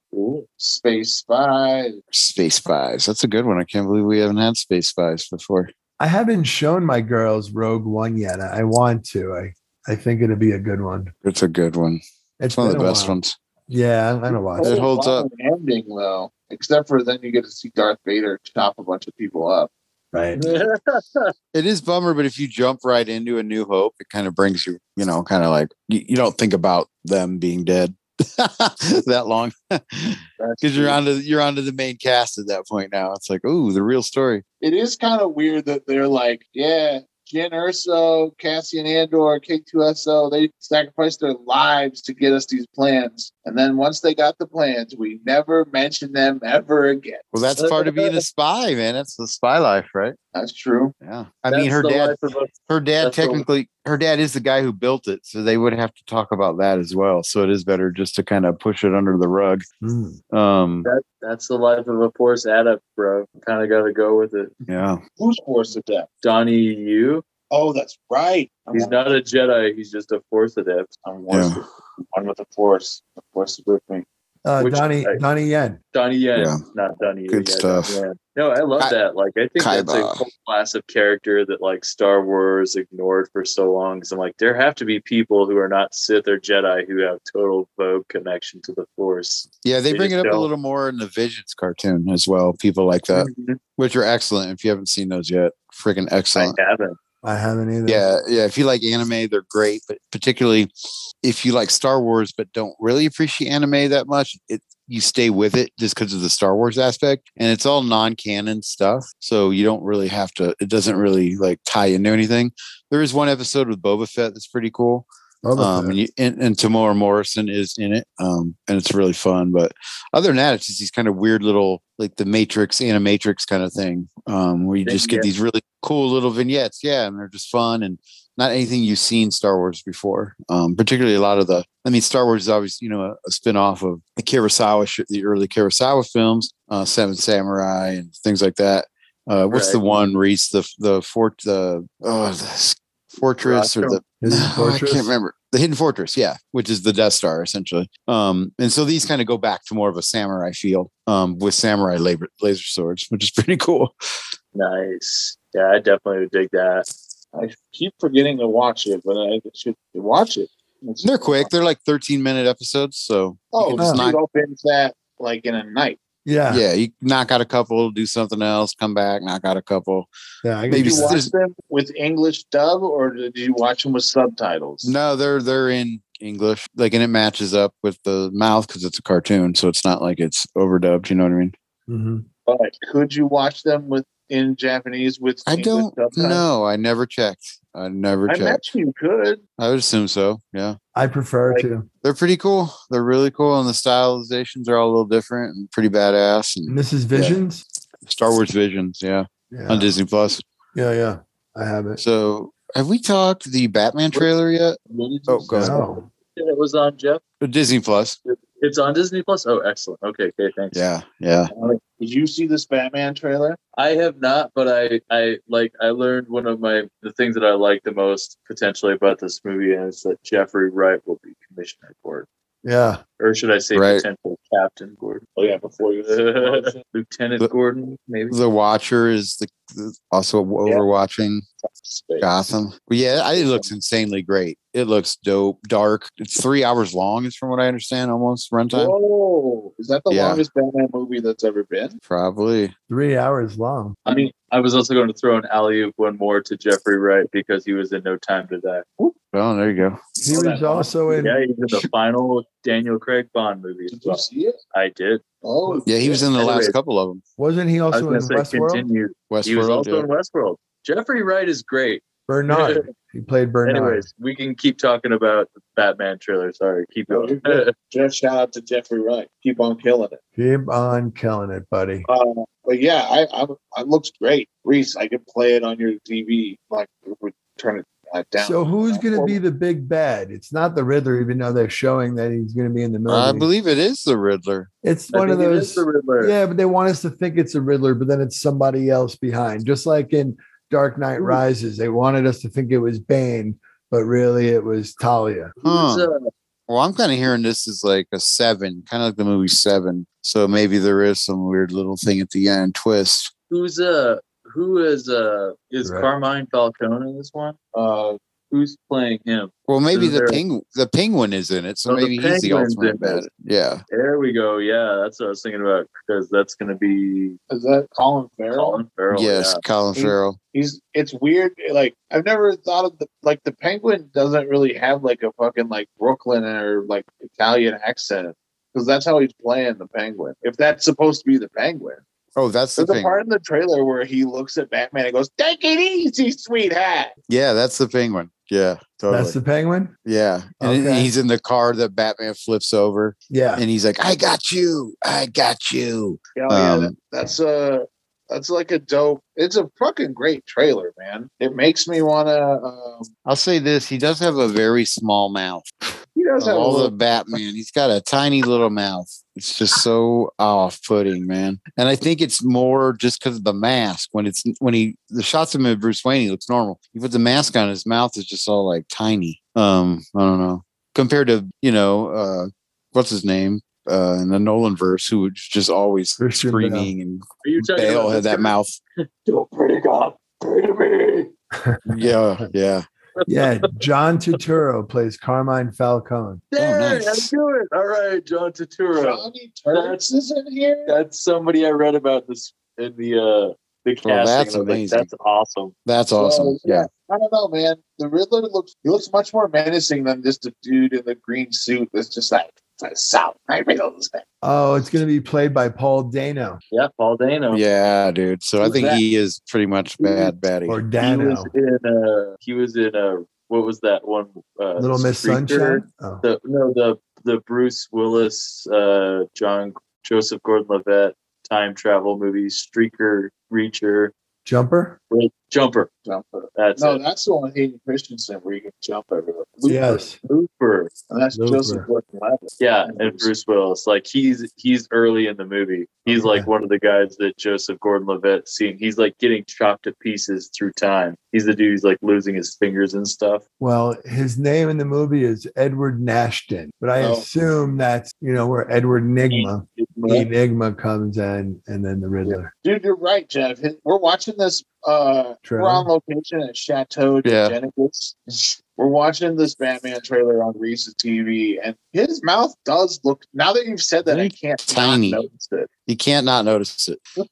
S7: Space Spy.
S5: space spies. That's a good one. I can't believe we haven't had space spies before.
S6: I haven't shown my girls Rogue One yet. I, I want to. I I think it'd be a good one.
S5: It's a good one. It's one of
S6: been
S5: the
S6: a
S5: best
S6: while.
S5: ones.
S6: Yeah, I'm gonna watch. it.
S5: It holds
S7: Wild Ending though, except for then you get to see Darth Vader chop a bunch of people up.
S6: Right.
S5: It is bummer, but if you jump right into a new hope, it kind of brings you, you know, kind of like you, you don't think about them being dead that long because
S7: That's
S5: you're
S7: true.
S5: onto you're onto the main cast at that point now. It's like, ooh, the real story.
S7: It is kind of weird that they're like, yeah, Jin Urso, Cassian Andor, K2SO, they sacrificed their lives to get us these plans. And then once they got the plans, we never mention them ever again.
S5: Well, that's part of being a spy, man. That's the spy life, right?
S7: That's true.
S5: Yeah. I
S8: That's
S5: mean, her
S8: the
S5: dad,
S8: life of a-
S5: her dad
S8: that's the-
S5: technically, her dad is the guy who built it, so they would have to talk about that as well. So it is better just to kind of push it under the rug.
S6: Mm.
S5: Um,
S8: that, that's the life of a force addict, bro. Kind of got to go with it.
S5: yeah.
S7: Who's forced to death?
S8: Donnie Yu.
S7: Oh, that's right. I'm
S8: He's not a Jedi. He's just a force adept.
S7: Uh-huh. I'm worse
S5: Yeah.
S7: with- one with the force. The force is with me.
S6: Uh,
S8: Which-
S6: Donnie
S8: I-
S6: Donnie Yen.
S8: Donnie Yen,
S5: Yeah.
S8: not Donnie. Yen,
S5: Good
S8: yeah,
S5: stuff.
S8: Donnie Yen. No, I love
S5: Ki-
S8: that. Like, I think that's a
S5: Kaiba.
S8: whole class of character that like Star Wars ignored for so long. Because I'm like, there have to be people who are not Sith or Jedi who have total vogue connection to the Force.
S5: Yeah, they
S8: They
S5: bring it up
S8: just
S5: a
S8: don't.
S5: little more in the Visions cartoon as well. People like that,
S8: Mm-hmm.
S5: which are excellent. If you haven't seen those yet, freaking
S8: I
S5: excellent.
S8: haven't.
S6: I haven't either.
S5: Yeah, yeah. If you like anime, they're great. But particularly if you like Star Wars but don't really appreciate anime that much, it, you stay with it just because of the Star Wars aspect, and it's all non-canon stuff, so you don't really have to. It doesn't really like tie into anything. There is one episode with Boba Fett that's pretty cool,
S6: Boba
S5: um,
S6: Fett.
S5: and, you, and and Tamora Morrison is in it, um, and it's really fun. But other than that, it's just these kind of weird little like the Matrix animatrix kind of thing, um, where you just get
S8: Vignettes.
S5: these really cool little vignettes, yeah, and they're just fun and not anything you've seen Star Wars before. Um, particularly a lot of the, I mean, Star Wars is obviously you know a, a spin off of the Kurosawa, sh- the early Kurosawa films, uh, Seven Samurai and things like that. Uh, what's
S8: Right.
S5: the one Reese the the fort the oh the fortress or
S8: Roscoe.
S5: the
S6: Hidden
S5: Oh,
S6: Fortress.
S5: I can't remember. The Hidden Fortress, yeah, which is the Death Star essentially. Um, and so these kind of go back to more of a samurai feel um, with samurai labor, laser swords, which is pretty cool.
S8: Nice. Yeah, I definitely would dig that.
S7: I keep forgetting to watch it, but I should watch it. It's-
S5: And they're quick. They're like 13 minute episodes. So
S7: Oh,
S5: you can just
S7: dude
S5: knock-
S7: opens that like in a night.
S6: Yeah.
S5: yeah, you knock out a couple, do something else, come back, knock out a couple.
S6: Yeah. I
S7: Did
S5: Maybe
S7: you watch
S5: there's-
S7: them with English dub or did you watch them with subtitles?
S5: No, they're they're in English, like, and it matches up with the mouth because it's a cartoon, so it's not like it's overdubbed. You know what I mean?
S6: Mhm.
S7: But could you watch them with in Japanese with
S5: I
S7: English
S5: don't
S7: subtitles?
S5: know. I never checked. I never
S7: I
S5: checked.
S7: bet you could.
S5: I would assume so. Yeah.
S6: I prefer
S7: Like-
S6: to.
S5: they're pretty cool. They're really cool, and the stylizations are all a little different and pretty badass.
S6: And
S5: And
S6: this is Visions.
S5: Star Wars Visions, yeah,
S6: Yeah.
S5: on Disney Plus.
S6: Yeah. Yeah. I have it.
S5: So, have we talked the Batman trailer yet? Oh, go ahead.
S6: Oh,
S8: It was on Jeff.
S5: Uh, Disney Plus.
S8: It's on Disney Plus. Oh, excellent. Okay, okay, thanks.
S5: Yeah, yeah.
S7: Did you see this Batman trailer?
S8: I have not, but I, I like I learned one of my the things that I like the most potentially about this movie is that Jeffrey Wright will be Commissioner Gordon,
S6: yeah.
S8: or should I say
S5: Right.
S8: potential Captain Gordon,
S7: Oh yeah, before you
S8: Lieutenant
S5: The-
S8: Gordon, maybe.
S5: The Watcher is the, the- also overwatching
S7: Space.
S5: Gotham. But yeah, it looks insanely great. It looks dope, dark. It's three hours long, is from what I understand, almost runtime.
S7: Whoa! Is that the
S5: Yeah.
S7: longest Batman movie that's ever been?
S5: Probably.
S6: Three hours long.
S8: I mean, I was also going to throw an alley oop one more to Jeffrey Wright because he was in No Time to Die.
S5: Oh, there you go.
S6: He
S8: Oh, that
S6: was also in.
S8: Yeah, he's in the final Daniel Craig Bond movie as
S7: Did you
S8: well.
S7: see it?
S8: I did.
S7: Oh,
S5: Yeah, he was in the last
S8: Anyways.
S5: couple of them.
S6: Wasn't he
S8: I
S6: also in
S8: was going to say
S6: Westworld?
S8: continue. He was
S5: Westworld.
S8: also
S5: yeah.
S8: in Westworld. Jeffrey Wright is great.
S6: Bernard. He played Bernard.
S8: Anyways, we can keep talking about the Batman trailer. Sorry, keep
S7: No,
S8: going.
S7: you're Jeff, shout out to Jeffrey Wright. Keep on killing it.
S6: Keep on killing it, buddy.
S7: Uh, but yeah, I, I it looks great, Reese. I can play it on your TV. Like, we turn it uh, down.
S6: So who's going to
S7: Or-
S6: be the big bad? It's not the Riddler, even though they're showing that he's going to be in the movie.
S5: I believe it is the Riddler.
S6: it's
S8: I
S6: one of
S8: think it is
S6: those.
S8: the Riddler.
S6: Yeah, but they want us to think it's a Riddler, but then it's somebody else behind. Just like in Dark Knight Rises, they wanted us to think it was Bane, but really it was Talia.
S5: Huh.
S8: Who's, uh,
S5: Well, I'm kind of hearing this is like a seven, kind of like the movie Seven. So maybe there is some weird little thing at the end twist.
S8: who's uh who is uh is
S6: Right.
S8: Carmine Falcone in this one?
S7: Uh,
S8: Who's playing him?
S5: Well, maybe
S8: Is
S5: the
S8: there-
S5: ping the penguin is in it, so
S8: Oh, the
S5: maybe he's the
S8: penguin's
S5: ultimate
S8: in
S5: bad.
S8: this.
S5: Yeah,
S8: There we go. Yeah, that's what I was thinking about because that's going to be
S7: is that Colin Farrell?
S8: Colin Farrell.
S5: yes, Colin
S7: He-
S5: Farrell.
S7: He's it's weird. Like I've never thought of the like the Penguin doesn't really have like a fucking like Brooklyn or like Italian accent because that's how he's playing the Penguin. If that's supposed to be the Penguin,
S5: Oh, that's the
S7: there's a
S5: penguin.
S7: part in the trailer where he looks at Batman and goes, "Take it easy, sweetheart."
S5: Yeah, that's the penguin. Yeah, totally.
S6: That's the Penguin.
S5: yeah, and
S6: Okay.
S5: he's in the car that Batman flips over,
S6: Yeah,
S5: and he's like, "I got you, I got you."
S7: Yeah, oh, yeah,
S5: Um,
S7: that- that's a that's like a dope. It's a fucking great trailer, man. It makes me wanna. Um,
S5: I'll say this: he does have a very small mouth.
S7: he does
S5: Of
S7: have a
S5: all the
S7: little,
S5: Batman. He's got a tiny little mouth. It's just so off-putting, man. And I think it's more just because of the mask. When it's when he the shots of him at Bruce Wayne, he looks normal. You put the mask on, his mouth is just all like tiny. Um, I don't know. Compared to you know, uh, what's his name uh, in the Nolan verse, who was just always
S6: Christian Bale.
S5: screaming and
S8: Are you talking
S5: Bale
S8: about
S5: had
S8: this
S5: that
S8: guy?
S5: mouth.
S7: You're pretty god, pretty to me.
S5: Yeah, yeah.
S6: yeah. John Turturro plays Carmine Falcone.
S8: There,
S5: Oh, nice.
S8: let's do it. All right, John Turturro.
S7: Johnny Turks is in here.
S8: That's somebody I read about this in the uh the casting.
S5: that's
S8: and I was like,
S5: amazing.
S8: that's awesome.
S5: That's
S7: So,
S5: awesome. Yeah.
S7: I don't know, man. The Riddler looks he looks much more menacing than just a dude in the green suit that's just like to the south. I bring all this back.
S6: Oh, it's going to be played by Paul Dano
S8: Yeah, Paul Dano.
S5: Yeah, dude. So I
S8: Who's
S5: think
S8: that?
S5: he is pretty much bad
S6: or
S5: baddie.
S8: He
S6: Dano.
S8: was in a. He was in a. What was that one? Uh,
S6: Little Miss
S8: streaker?
S6: Sunshine. Oh.
S8: The no the the Bruce Willis, uh, John Joseph Gordon-Levitt time travel movie Streaker Reacher
S6: Jumper.
S8: Wait, Jumper.
S7: Jumper.
S8: That's
S7: No,
S8: it.
S7: that's the one Hayden Christensen where you can jump everywhere. Looper.
S6: Yes.
S8: Looper.
S7: And that's
S6: Looper.
S7: Joseph Gordon-Levitt.
S8: Yeah, and Bruce Willis. Like he's he's early in the movie. He's like
S6: Okay.
S8: one of the guys that Joseph Gordon-Levitt seen. He's like getting chopped to pieces through time. He's the dude who's like losing his fingers and stuff.
S6: Well, his name in the movie is Edward Nashton, but I
S7: Oh.
S6: assume that's you know where Edward Nigma
S8: Yeah.
S6: Enigma comes in, and then the Riddler.
S7: Dude, you're right, Jeff. His- We're watching this. Uh,
S6: Trailer?
S7: we're on location at Chateau de
S5: Yeah.
S7: Genesis. We're watching this Batman trailer on Reese's TV, and his mouth does look. Now that you've said that, I
S5: Very
S7: can't
S5: tiny.
S7: not notice it.
S5: You can't not notice it.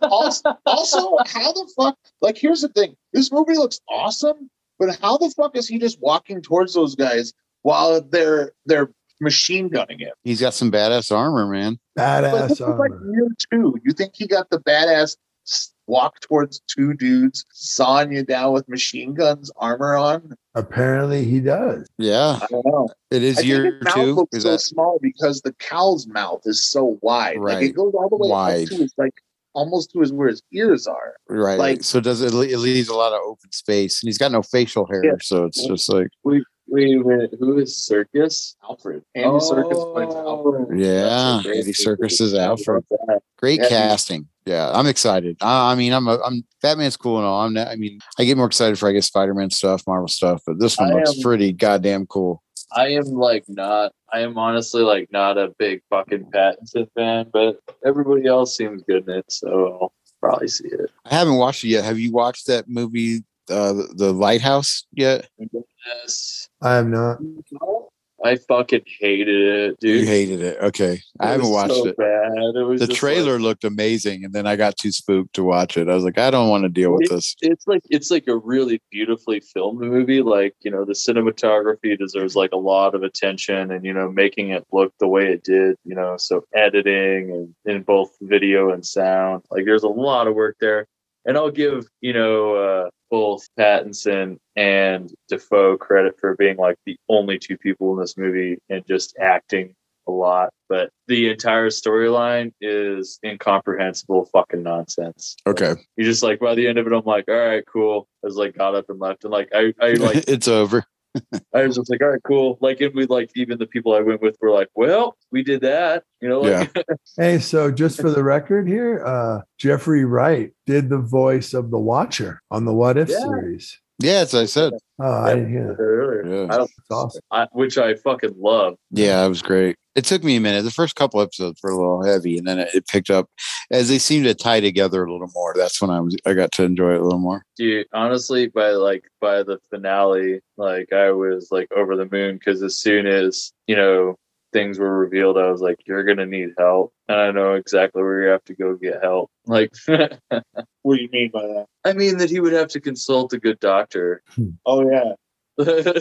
S7: Also, also, how the fuck? Like, here's the thing: this movie looks awesome, but how the fuck is he just walking towards those guys while they're they're machine gunning him?
S5: He's got some badass armor, man.
S7: But this
S6: Badass
S7: is like
S6: armor.
S7: year two. You think he got the badass s- walk towards two dudes sawing you down with machine guns, armor on?
S6: Apparently, he does.
S5: Yeah,
S7: I don't know.
S5: it is
S7: I
S5: year
S7: his mouth
S5: two.
S7: looks
S5: Is
S7: so
S5: that
S7: small because the cow's mouth is so wide. Like it
S5: Right.
S7: goes all the way
S5: Wide.
S7: up to his like almost to his where his ears are.
S5: right?
S7: like-
S5: so does it, le- it leaves a lot of open space, and he's got no facial hair,
S7: Yeah.
S5: so it's just like,
S8: Wait a minute, who is Circus? Alfred. Andy Circus plays Alfred.
S5: yeah,
S8: That's a great
S5: Andy Circus
S8: movie.
S5: is Alfred.
S8: Yeah.
S5: Great
S8: Yeah.
S5: casting. Yeah, I'm excited. I, I mean, I'm a, I'm Batman's cool and all. I'm not, I mean, I get more excited for I guess Spider Man stuff, Marvel stuff, but this one
S8: I
S5: looks
S8: am-
S5: pretty goddamn cool.
S8: I am like not. I am honestly like not a big fucking Pattinson fan, but everybody else seems good in it, so I'll probably see it.
S5: I haven't watched it yet. Have you watched that movie, uh, the, the Lighthouse yet?
S8: Yes.
S6: I am not.
S8: I fucking hated it, dude.
S5: You hated it. Okay, I haven't watched
S8: was so
S5: it.
S8: Bad. It was
S5: The
S8: just,
S5: trailer
S8: like-
S5: looked amazing, and then I got too spooked to watch it. I was like, I don't want to deal with
S8: It-
S5: this.
S8: it's like it's like a really beautifully filmed movie. Like you know, the cinematography deserves like a lot of attention, and you know, making it look the way it did. You know, so editing and in both video and sound, like there's a lot of work there. And I'll give you know uh, both Pattinson and Defoe credit for being like the only two people in this movie and just acting a lot. But the entire storyline is incomprehensible fucking nonsense.
S5: Okay,
S8: You're just like by the end of it, I'm like, all right, cool. I was like got up and left, and like I, I like
S5: it's over.
S8: I was just like, all right, cool. Like, and we like even the people I went with were like, well, we did that, you know? Like,
S6: Hey, so just for the record here, uh, Jeffrey Wright did the voice of the Watcher on the What If
S8: Yeah.
S6: series.
S5: Yeah, as I said.
S6: Oh, I didn't hear that.
S8: Earlier. I don't,
S6: It's awesome.
S8: I, which I fucking love.
S5: Yeah, it was great. It took me a minute. The first couple episodes were a little heavy, and then it, it picked up as they seemed to tie together a little more. That's when I was I got to enjoy it a little more.
S8: dude honestly by like by the finale like i was like over the moon because as soon as you know things were revealed i was like you're gonna need help and i know exactly where you have to go get help like
S7: What do you mean by that?
S8: i mean that he would have to consult a good doctor
S7: Oh yeah.
S8: yeah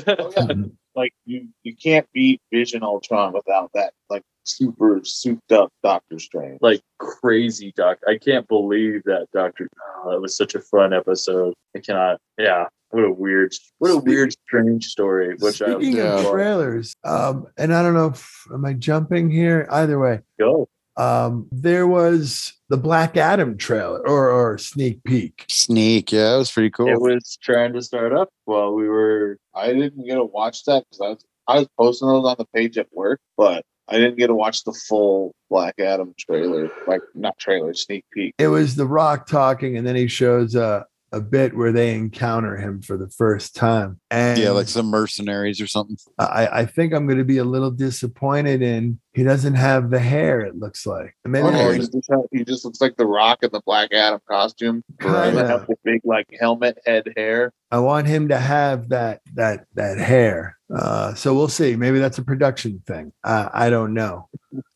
S7: Oh, yeah. like you you can't beat Vision Ultron without that like super souped up Doctor Strange.
S8: like crazy doc i can't believe that doctor oh, that was such a fun episode i cannot yeah what a weird what a weird strange story which i
S6: Speaking of
S5: Yeah.
S6: trailers, um, and I don't know if am I jumping here. Either way,
S8: go
S6: um, there was the Black Adam trailer or, or sneak peek.
S5: Sneak, yeah, it was pretty cool.
S8: it was trying to start up while we were
S7: I didn't get to watch that because I was I was posting those on the page at work, but I didn't get to watch the full Black Adam trailer, like not trailer, sneak peek.
S6: It was The Rock talking, and then he shows a a bit where they encounter him for the first time. And
S5: yeah, like some mercenaries or something.
S6: I, I think I'm going to be a little disappointed in he doesn't have the hair. It looks like And maybe
S5: Oh,
S7: Or
S6: that's
S7: he just, he just looks like the Rock in the Black Adam costume.
S6: Kinda.
S7: Doesn't have the big like helmet head hair.
S6: I want him to have that that that hair. Uh, so we'll see. Maybe that's a production thing. Uh, I don't know.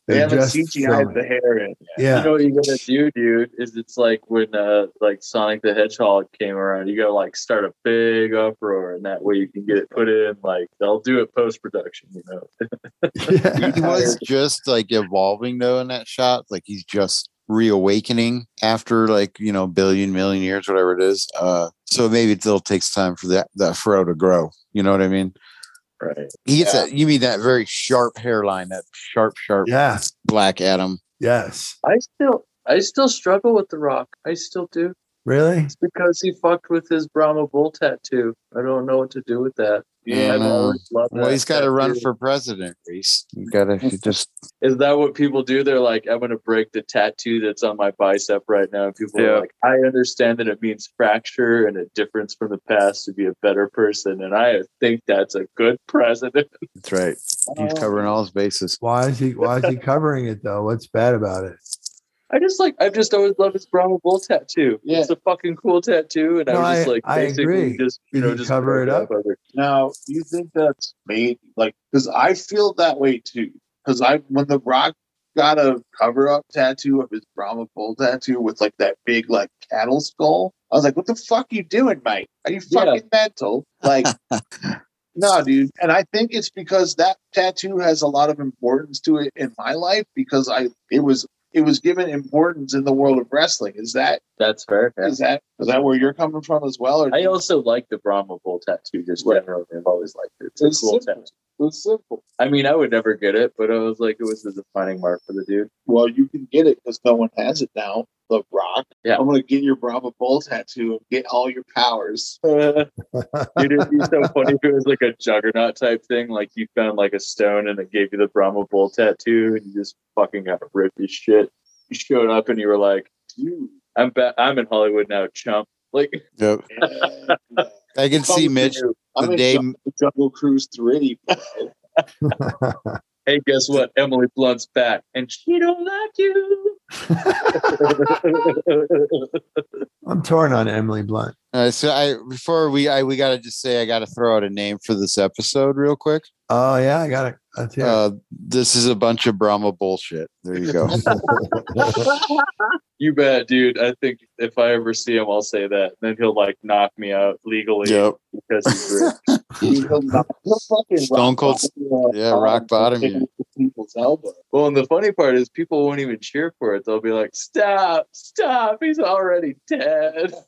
S7: They
S6: They're
S7: haven't
S6: just
S7: CGI'd the
S6: filming.
S7: hair in.
S8: You
S6: Yeah.
S8: know what you gotta do, dude, is it's like when uh like Sonic the Hedgehog came around, you gotta like start a big uproar and that way you can get it put in, like they'll do it post production, you know.
S6: yeah.
S5: he was just like evolving though in that shot like he's just reawakening after like you know billion million years whatever it is uh so maybe it still takes time for that that fro to grow you know what i mean
S8: Right.
S5: he gets
S7: Yeah.
S5: that you mean that very sharp hairline that sharp sharp
S6: Yeah.
S5: black adam
S6: Yes.
S8: I still I still struggle with the rock. I still do.
S6: Really?
S8: It's because he fucked with his Brahma bull tattoo. I don't know what to do with that.
S5: Yeah.
S8: I've always loved
S5: well
S8: that
S5: he's got to run
S8: tattoo.
S5: for president reese you gotta you just
S8: Is that what people do? They're like, I'm gonna break the tattoo that's on my bicep right now. And people
S9: Yeah.
S8: are like, I understand that it means fracture and a difference from the past to be a better person, and I think that's a good president.
S5: that's right
S7: Oh.
S5: he's covering all his bases
S6: Why is he why is he covering it though? What's bad about it?
S8: I just like I've just always loved his Brahma bull tattoo.
S7: Yeah.
S8: It's a fucking cool tattoo, and
S6: No,
S8: I was just
S6: I-
S8: like
S6: I
S8: basically
S6: agree.
S8: just you
S6: Did
S8: know
S6: he
S8: just
S6: cover it up?
S8: over-
S7: Now, do you think that's made like because I feel that way too? Because I when the Rock got a cover up tattoo of his Brahma bull tattoo with like that big like cattle skull, I was like, "What the fuck you doing, mate? Are you
S8: Yeah.
S7: fucking mental?" Like. No, dude. And I think it's because that tattoo has a lot of importance to it in my life because I it was it was given importance in the world of wrestling. Is that
S8: That's fair.
S7: is that is that where you're coming from as well? Or
S8: I also like the Brahma bull tattoo just
S7: Right.
S8: generally. I've always liked it. It's a
S7: It's
S8: cool
S7: simple.
S8: tattoo.
S7: it's simple.
S8: I mean, I would never get it, but I was like, it was the defining mark for the dude.
S7: well, you can get it because no one has it now. The Rock.
S8: Yeah.
S7: I'm gonna get your Brahma Bull tattoo and get all your powers.
S8: Dude, it'd be so funny if it was like a juggernaut type thing. Like you found like a stone and it gave you the Brahma bull tattoo, and you just fucking got ripped as shit. You showed up and you were like,
S7: Dude.
S8: "I'm ba- I'm in Hollywood now, chump." Like,
S5: Yep.
S7: Yeah.
S5: i can see mitch
S7: I'm
S5: the
S7: in
S5: day
S7: Jung- Jungle Cruise 3.
S8: hey, guess what? Emily Blunt's back, and she don't like you.
S6: I'm torn on Emily Blunt.
S5: uh, so i before we i we gotta just say i gotta throw out a name for this episode real quick
S6: Oh yeah, I got it. That's it.
S5: Uh, this is a bunch of Brahma bullshit. There you go.
S8: you bet, dude. I think if I ever see him, I'll say that. Then he'll like knock me out legally
S5: yep.
S8: because he's rich.
S5: Stone Cold-
S7: uh,
S5: yeah, rock bottom, yeah.
S7: People's elbow.
S8: Well, and the funny part is people won't even cheer for it. They'll be like, stop, stop, he's already dead.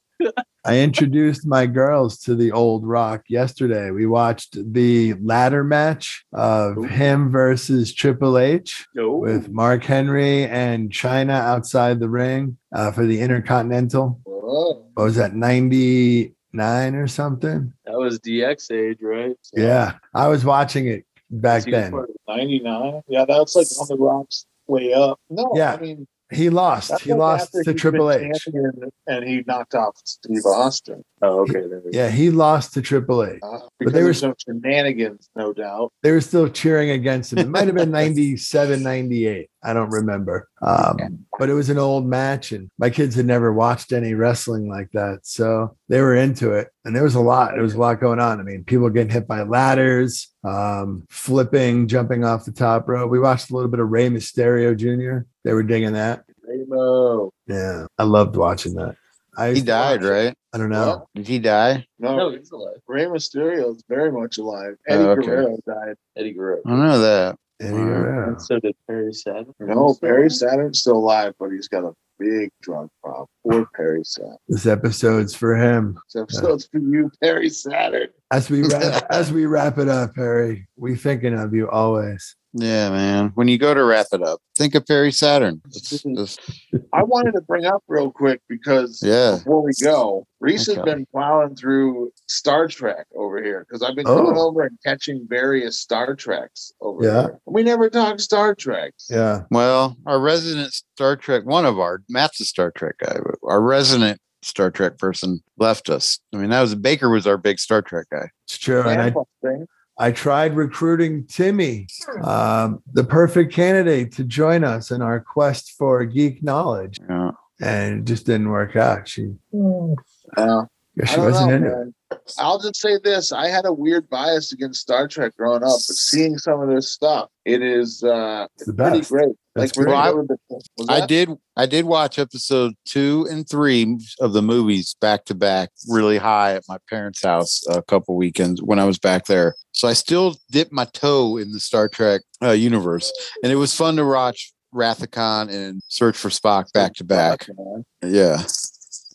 S6: I introduced my girls to the old rock yesterday. We watched the ladder match of him versus Triple H
S8: No.
S6: with Mark Henry and China outside the ring uh, for the Intercontinental.
S7: Whoa.
S6: What was that, 99 or something?
S8: That was DX age, right?
S6: Yeah. I was watching it back
S8: He
S6: then.
S8: was-
S7: 99. Yeah, that's like on the rocks way up. No,
S6: Yeah.
S7: I mean
S6: He lost.
S7: that's
S6: He
S7: like
S6: lost
S7: after he's
S6: to
S7: been
S6: Triple H.
S7: champion And he knocked off Steve Austin.
S8: Oh, okay. There we go.
S6: Yeah, he lost to Triple H.
S7: Uh,
S6: But
S7: because
S6: they
S7: there
S6: were-
S7: were some shenanigans, no doubt.
S6: they were still cheering against him. It might have been 97, 98. I don't remember. Um, but it was an old match, and my kids had never watched any wrestling like that. So they were into it. And there was a lot. There was a lot going on. I mean, people getting hit by ladders, um, flipping, jumping off the top rope. We watched a little bit of Rey Mysterio Jr. They were digging that.
S8: Remo.
S6: Yeah. I loved watching that. I
S5: He
S6: used to watch
S5: died,
S6: it.
S5: right?
S6: I don't know.
S5: Did he die?
S7: No,
S8: No, he's alive.
S7: Rey Mysterio is very much alive.
S6: Oh,
S7: Eddie
S5: okay.
S7: Guerrero died.
S8: Eddie Guerrero.
S5: I don't know that.
S6: Eddie Guerrero.
S8: And so did Perry Saturn.
S7: No, Perry Saturn's still alive, but he's got a big drug problem. Poor Perry Saturn.
S6: This episode's for him.
S7: So, so it's for you, Perry Saturn.
S6: As we wrap, as we wrap it up, Harry, we thinking of you always.
S5: Yeah, man. When you go to wrap it up, think of Perry Saturn. It's- it's-
S7: I wanted to bring up real quick because
S5: yeah.
S7: before we go, Reese has
S5: Okay.
S7: been plowing through Star Trek over here because I've been
S6: Oh.
S7: coming over and catching various Star Treks over
S6: Yeah.
S7: here. We never talk Star Treks.
S6: Yeah.
S5: Well, our resident Star Trek, one of our, Matt's a Star Trek guy, but our resident Star Trek person left us. I mean, that was Baker was our big Star Trek guy.
S6: It's true. And I,
S7: Tampa thing.
S6: I tried recruiting Timmy, um, the perfect candidate to join us in our quest for geek knowledge.
S5: Yeah.
S6: And it just didn't work out. She
S7: Yeah.
S6: she
S7: I don't
S6: wasn't
S7: know,
S6: into it.
S7: man. I'll just say this: I had a weird bias against Star Trek growing up, but seeing some of this stuff, it is uh,
S6: It's the
S7: pretty
S6: best.
S7: great. Like
S6: That's
S7: we're
S5: great.
S7: gonna go to the- was
S5: I
S7: that-
S5: did. I did watch episode two and three of the movies back to back, really high at my parents' house a couple weekends when I was back there. So I still dipped my toe in the Star Trek uh, universe, and it was fun to watch Wrath of Khan and Search for Spock back to back. Yeah,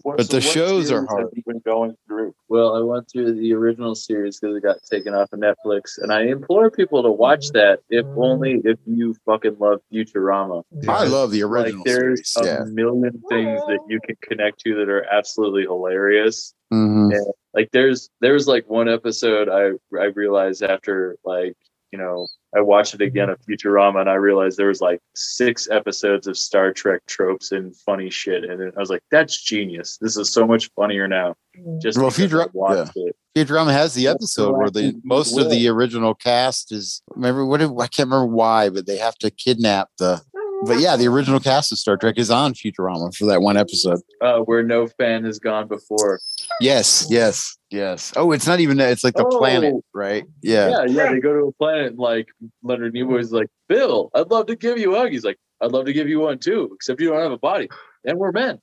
S7: What-
S5: But the
S7: what
S5: shows are
S7: series
S5: hard.
S7: have you been going through.
S8: Well, I went through the original series because it got taken off of Netflix, and I implore people to watch
S7: Mm-hmm.
S8: that, if only if you fucking love Futurama.
S5: I
S6: Yeah.
S5: love the original
S8: Like, there's um,
S5: series.
S8: a
S5: Yeah,
S8: million things that you can connect to that are absolutely hilarious.
S5: Mhm.
S8: like there's there's like one episode I I realized after like you know I watched it again of Futurama and I realized there was like six episodes of Star Trek tropes and funny shit and I was like that's genius this is so much funnier now just
S5: Well,
S8: because I
S5: Futura-
S8: watched it.
S5: Futurama has the episode where the most of the original cast is. Remember what? I can't remember why, but they have to kidnap the. But yeah, the original cast of Star Trek is on Futurama for that one episode.
S8: uh, where no fan has gone before
S5: Yes, yes, yes. Oh, it's not even that. It's like the
S8: Oh.
S5: planet, right? Yeah.
S8: yeah yeah they go to a planet and like Leonard Nimoy's like Bill I'd love to give you a hug he's like I'd love to give you one too except you don't have a body and we're men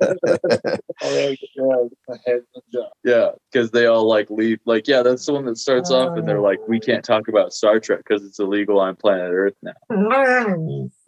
S7: Oh, yeah, I had the job.
S8: Yeah, because they all like leave. Like, yeah, that's the one that starts off, and they're like,
S6: Oh.
S8: "We can't talk about Star Trek because it's illegal on planet Earth now."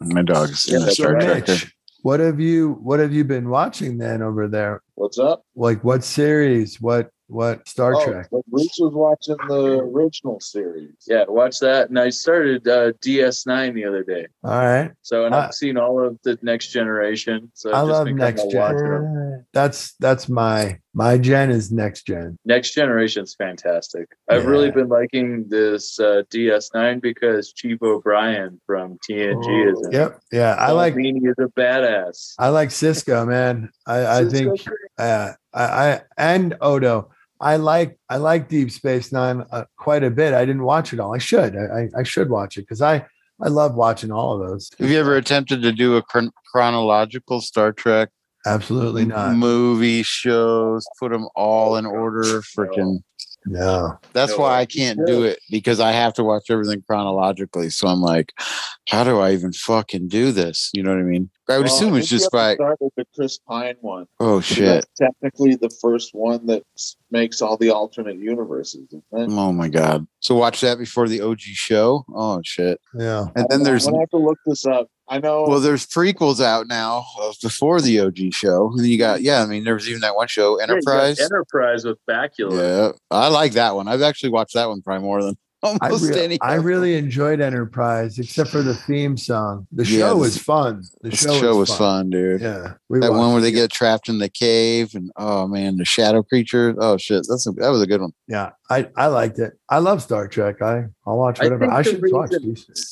S5: My dog's in
S8: Yeah,
S5: the
S8: that's
S5: Star
S8: right.
S5: Trek. there.
S6: What have you What have you been watching then over there?
S7: What's up?
S6: Like what series? What What Star
S7: Oh,
S6: Trek?
S7: but Bruce was watching the original series.
S8: Yeah, watch that. And I started uh, DS9 the other day,
S6: All right,
S8: so and
S6: Ah.
S8: I've seen all of the Next Generation. So
S6: I
S8: I've just
S6: love
S8: been kinda
S6: Next Gen.
S8: watching 'em.
S6: that's that's my my gen is next gen.
S8: Next Generation's fantastic. I've really
S6: Yeah.
S8: been liking this uh, DS9 because Chief O'Brien from TNG is in. it.
S6: Yep, Oh, yeah, I
S8: Paul
S6: like
S8: Beanie is a badass.
S6: I like Cisco, man. I, I
S8: Cisco
S6: think uh, I, I and Odo. I like I like Deep Space Nine uh, quite a bit. I didn't watch it all. I should. I, I- I should watch it because I I love watching all of those.
S5: Have you ever attempted to do a chron- chronological Star Trek
S6: Absolutely not.
S5: movie shows? Put them all in order. Freaking.
S6: No.
S5: That's
S8: No,
S5: why I
S8: you
S5: can't
S8: should.
S5: do it because I have to watch everything chronologically. So I'm like, how do I even fucking do this? You know what I mean? I would
S7: Well,
S5: assume
S7: I
S5: it's
S7: think you
S5: just
S7: have to
S5: by,
S7: start with the Chris Pine one.
S5: oh shit.
S7: That's technically the first one that s- makes all the alternate universes. isn't it?
S5: Oh my God. So watch that before the OG show. Oh shit.
S6: Yeah.
S5: And
S7: I
S5: then
S7: don't know.
S5: there's,
S7: I'm gonna have to look this up. I know.
S5: well, there's prequels out now of before the OG show. And you got, yeah, I mean, there was even that one show,
S8: Yeah, you got
S5: Enterprise.
S8: Enterprise with
S5: Yeah.
S8: Bacula.
S5: I like that one. I've actually watched that one probably more than
S6: I,
S5: almost
S6: re-
S5: any.
S6: I really enjoyed Enterprise, except for the theme song. The
S5: Yeah,
S6: show
S5: the-
S6: was fun. The
S5: the
S6: show,
S5: show, was fun, dude.
S6: Yeah, we
S5: that
S6: watched
S5: one where
S6: it.
S5: they get trapped in the cave and oh man the shadow creature oh shit that's a, that was a good one
S6: Yeah, I, I liked it. I love Star Trek. I I'll watch
S8: I
S6: whatever.
S8: think
S6: I,
S8: the
S6: should watch
S8: reason-
S6: these.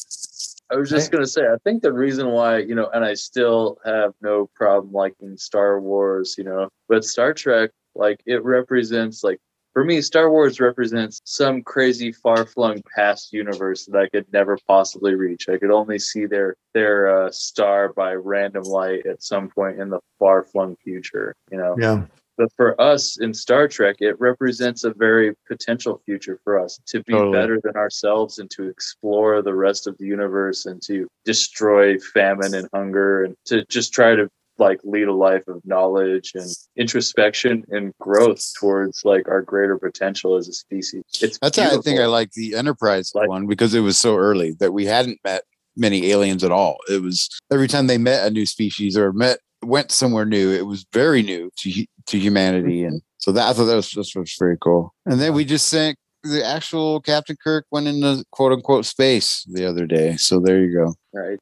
S8: I was just gonna say, I think the reason why you know, and I still have no problem liking Star Wars, you know, but Star Trek, like it represents, like for me, Star Wars represents some crazy, far-flung past universe that I could never possibly reach. I could only see their their uh, star by random light at some point in the far-flung future, you know.
S6: Yeah,
S8: But for us in Star Trek, it represents a very potential future for us to be
S5: Totally.
S8: better than ourselves and to explore the rest of the universe and to destroy famine and hunger and to just try to like lead a life of knowledge and introspection and growth towards like our greater potential as a species. It's
S5: that's how i think i
S8: beautiful.
S5: like the enterprise
S8: Like-
S5: one because it was so early that we hadn't met many aliens at all it was every time they met a new species or met went somewhere new it was very new to hu- to humanity and
S8: Mm-hmm.
S5: so that i thought that was just was very cool and then we just sent the actual captain kirk went into quote unquote space the other day so there you go
S8: right.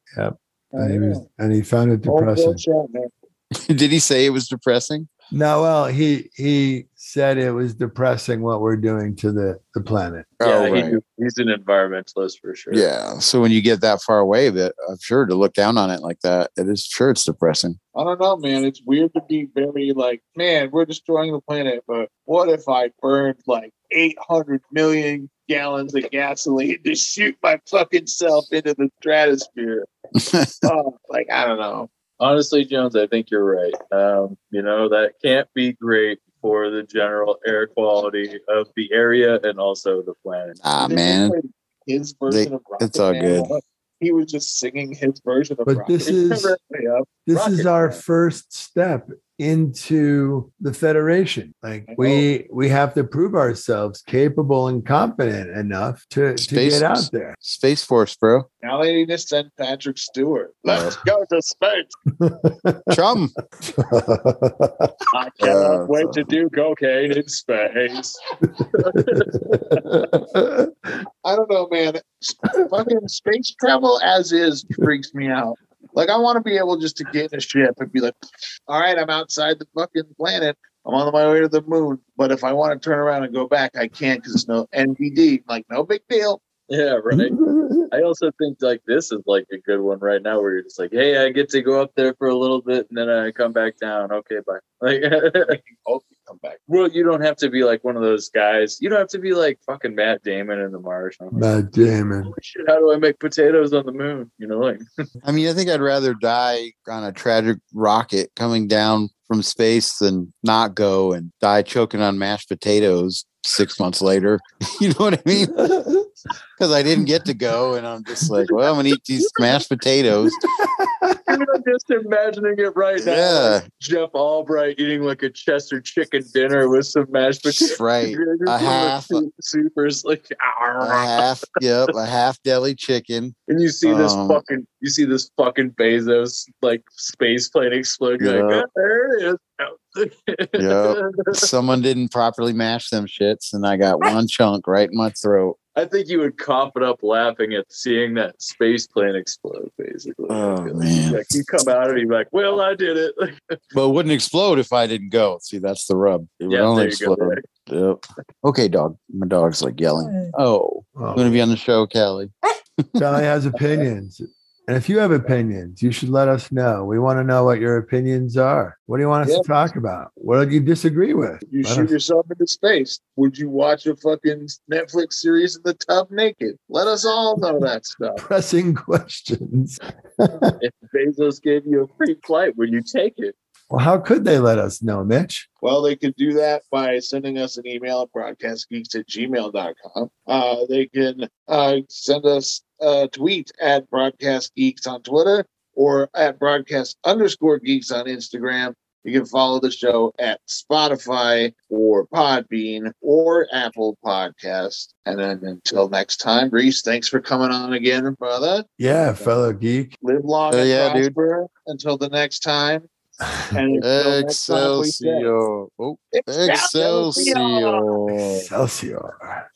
S6: and he was, and he found it
S7: Oh, Bill
S6: depressing.
S7: Shatner.
S5: did he say it was depressing
S6: No, well, he he said it was depressing what we're doing to the the planet.
S8: Yeah,
S5: oh,
S8: he-
S5: right.
S8: he's an environmentalist for sure.
S5: Yeah. So when you get that far away of it, I'm sure to look down on it like that, it is sure it's depressing.
S7: I don't know, man. It's weird to be very like, man, we're destroying the planet, but what if I burned like 800 million gallons of gasoline to shoot my fucking self into the stratosphere? oh, like, I don't know.
S8: Honestly, Jones, I think you're right. Um, you know, that can't be great for the general air quality of the area and also the planet.
S5: Ah,
S7: They
S5: man.
S7: played His version
S5: They-
S7: of Rocket
S5: it's all
S7: Man
S5: good.
S7: once. He was just singing his version of
S6: But
S7: Rocket
S6: this is-
S7: Yeah.
S6: this is
S7: Rocket
S6: our
S7: Man.
S6: first step into the federation like
S7: I know.
S6: we we have to prove ourselves capable and competent enough to, to
S5: Space-
S6: get out there
S5: Space Force, bro.
S7: Now they need to send Patrick Stewart. Let's go to space.
S5: Chum.
S7: I cannot
S5: Uh,
S7: wait to do cocaine in space. I don't know, man. Fucking space travel as is freaks me out. Like, I want to be able just to get in a ship and be like, all right, I'm outside the fucking planet. I'm on my way to the moon. But if I want to turn around and go back, I can't because it's no NBD. Like, no big deal.
S8: Yeah, right. I also think like this is like a good one right now where you're just like, hey, I get to go up there for a little bit and then I come back down. Okay, bye. Like,
S7: You hope you Oh, come back.
S8: well, you don't have to be like one of those guys. You don't have to be like fucking Matt Damon in The Martian.
S6: Matt Damon.
S8: Holy shit, how do I make potatoes on the moon? You know, like
S5: I mean, I think I'd rather die on a tragic rocket coming down from space than not go and die choking on mashed potatoes six months later. you know what I mean? Because I didn't get to go, and I'm just like, well, I'm gonna eat these mashed potatoes.
S8: I'm just imagining it right now.
S5: Yeah,
S8: Jeff Albright eating like a Chester chicken dinner with some mashed potatoes.
S5: right. A half, a
S8: supers like
S5: half, yep, a half deli chicken.
S8: and you see this
S5: Um,
S8: fucking you see this fucking Bezos like space plane explode. You're like,
S5: Yeah.
S8: "Ah, there it is.
S5: Yeah. Someone didn't properly mash them shits, and I got one chunk right in my throat.
S8: I think you would cough it up laughing at seeing that space plane explode, basically.
S5: Oh,
S8: Like,
S5: man.
S8: Like you come out and you're like, Well, I did it.
S5: But it wouldn't explode if I didn't go. See, that's the rub. It would
S8: yeah,
S5: only
S8: there you go.
S5: explode. Yep. Okay, dog. My dog's like yelling. Oh, I'm going to be on the show, Kelly.
S6: Johnny has opinions. And if you have opinions, you should let us know. We want to know what your opinions are. What do you want us
S7: Yeah.
S6: to talk about? What do you disagree with?
S7: You
S6: Let
S7: shoot
S6: us-
S7: yourself into space. Would you watch a fucking Netflix series in the tub naked? Let us all know that stuff.
S6: pressing questions.
S8: If Bezos gave you a free flight, would you take it?
S6: Well, how could they let us know, Mitch?
S7: Well, they could do that by sending us an email at broadcastgeeks at gmail.com. Uh, they can uh, send us a tweet at broadcastgeeks on Twitter or at broadcast underscore geeks on Instagram. You can follow the show at Spotify or Podbean or Apple Podcasts. And then until next time, Reese, thanks for coming on again, brother.
S6: Yeah, fellow geek.
S7: Live long
S5: Hell
S7: and
S5: Uh, yeah, dude.
S7: prosper until the next time. And until next time, we say,
S5: Excelsior. Oh,
S7: Excelsior!
S5: Excelsior.
S6: Excelsior.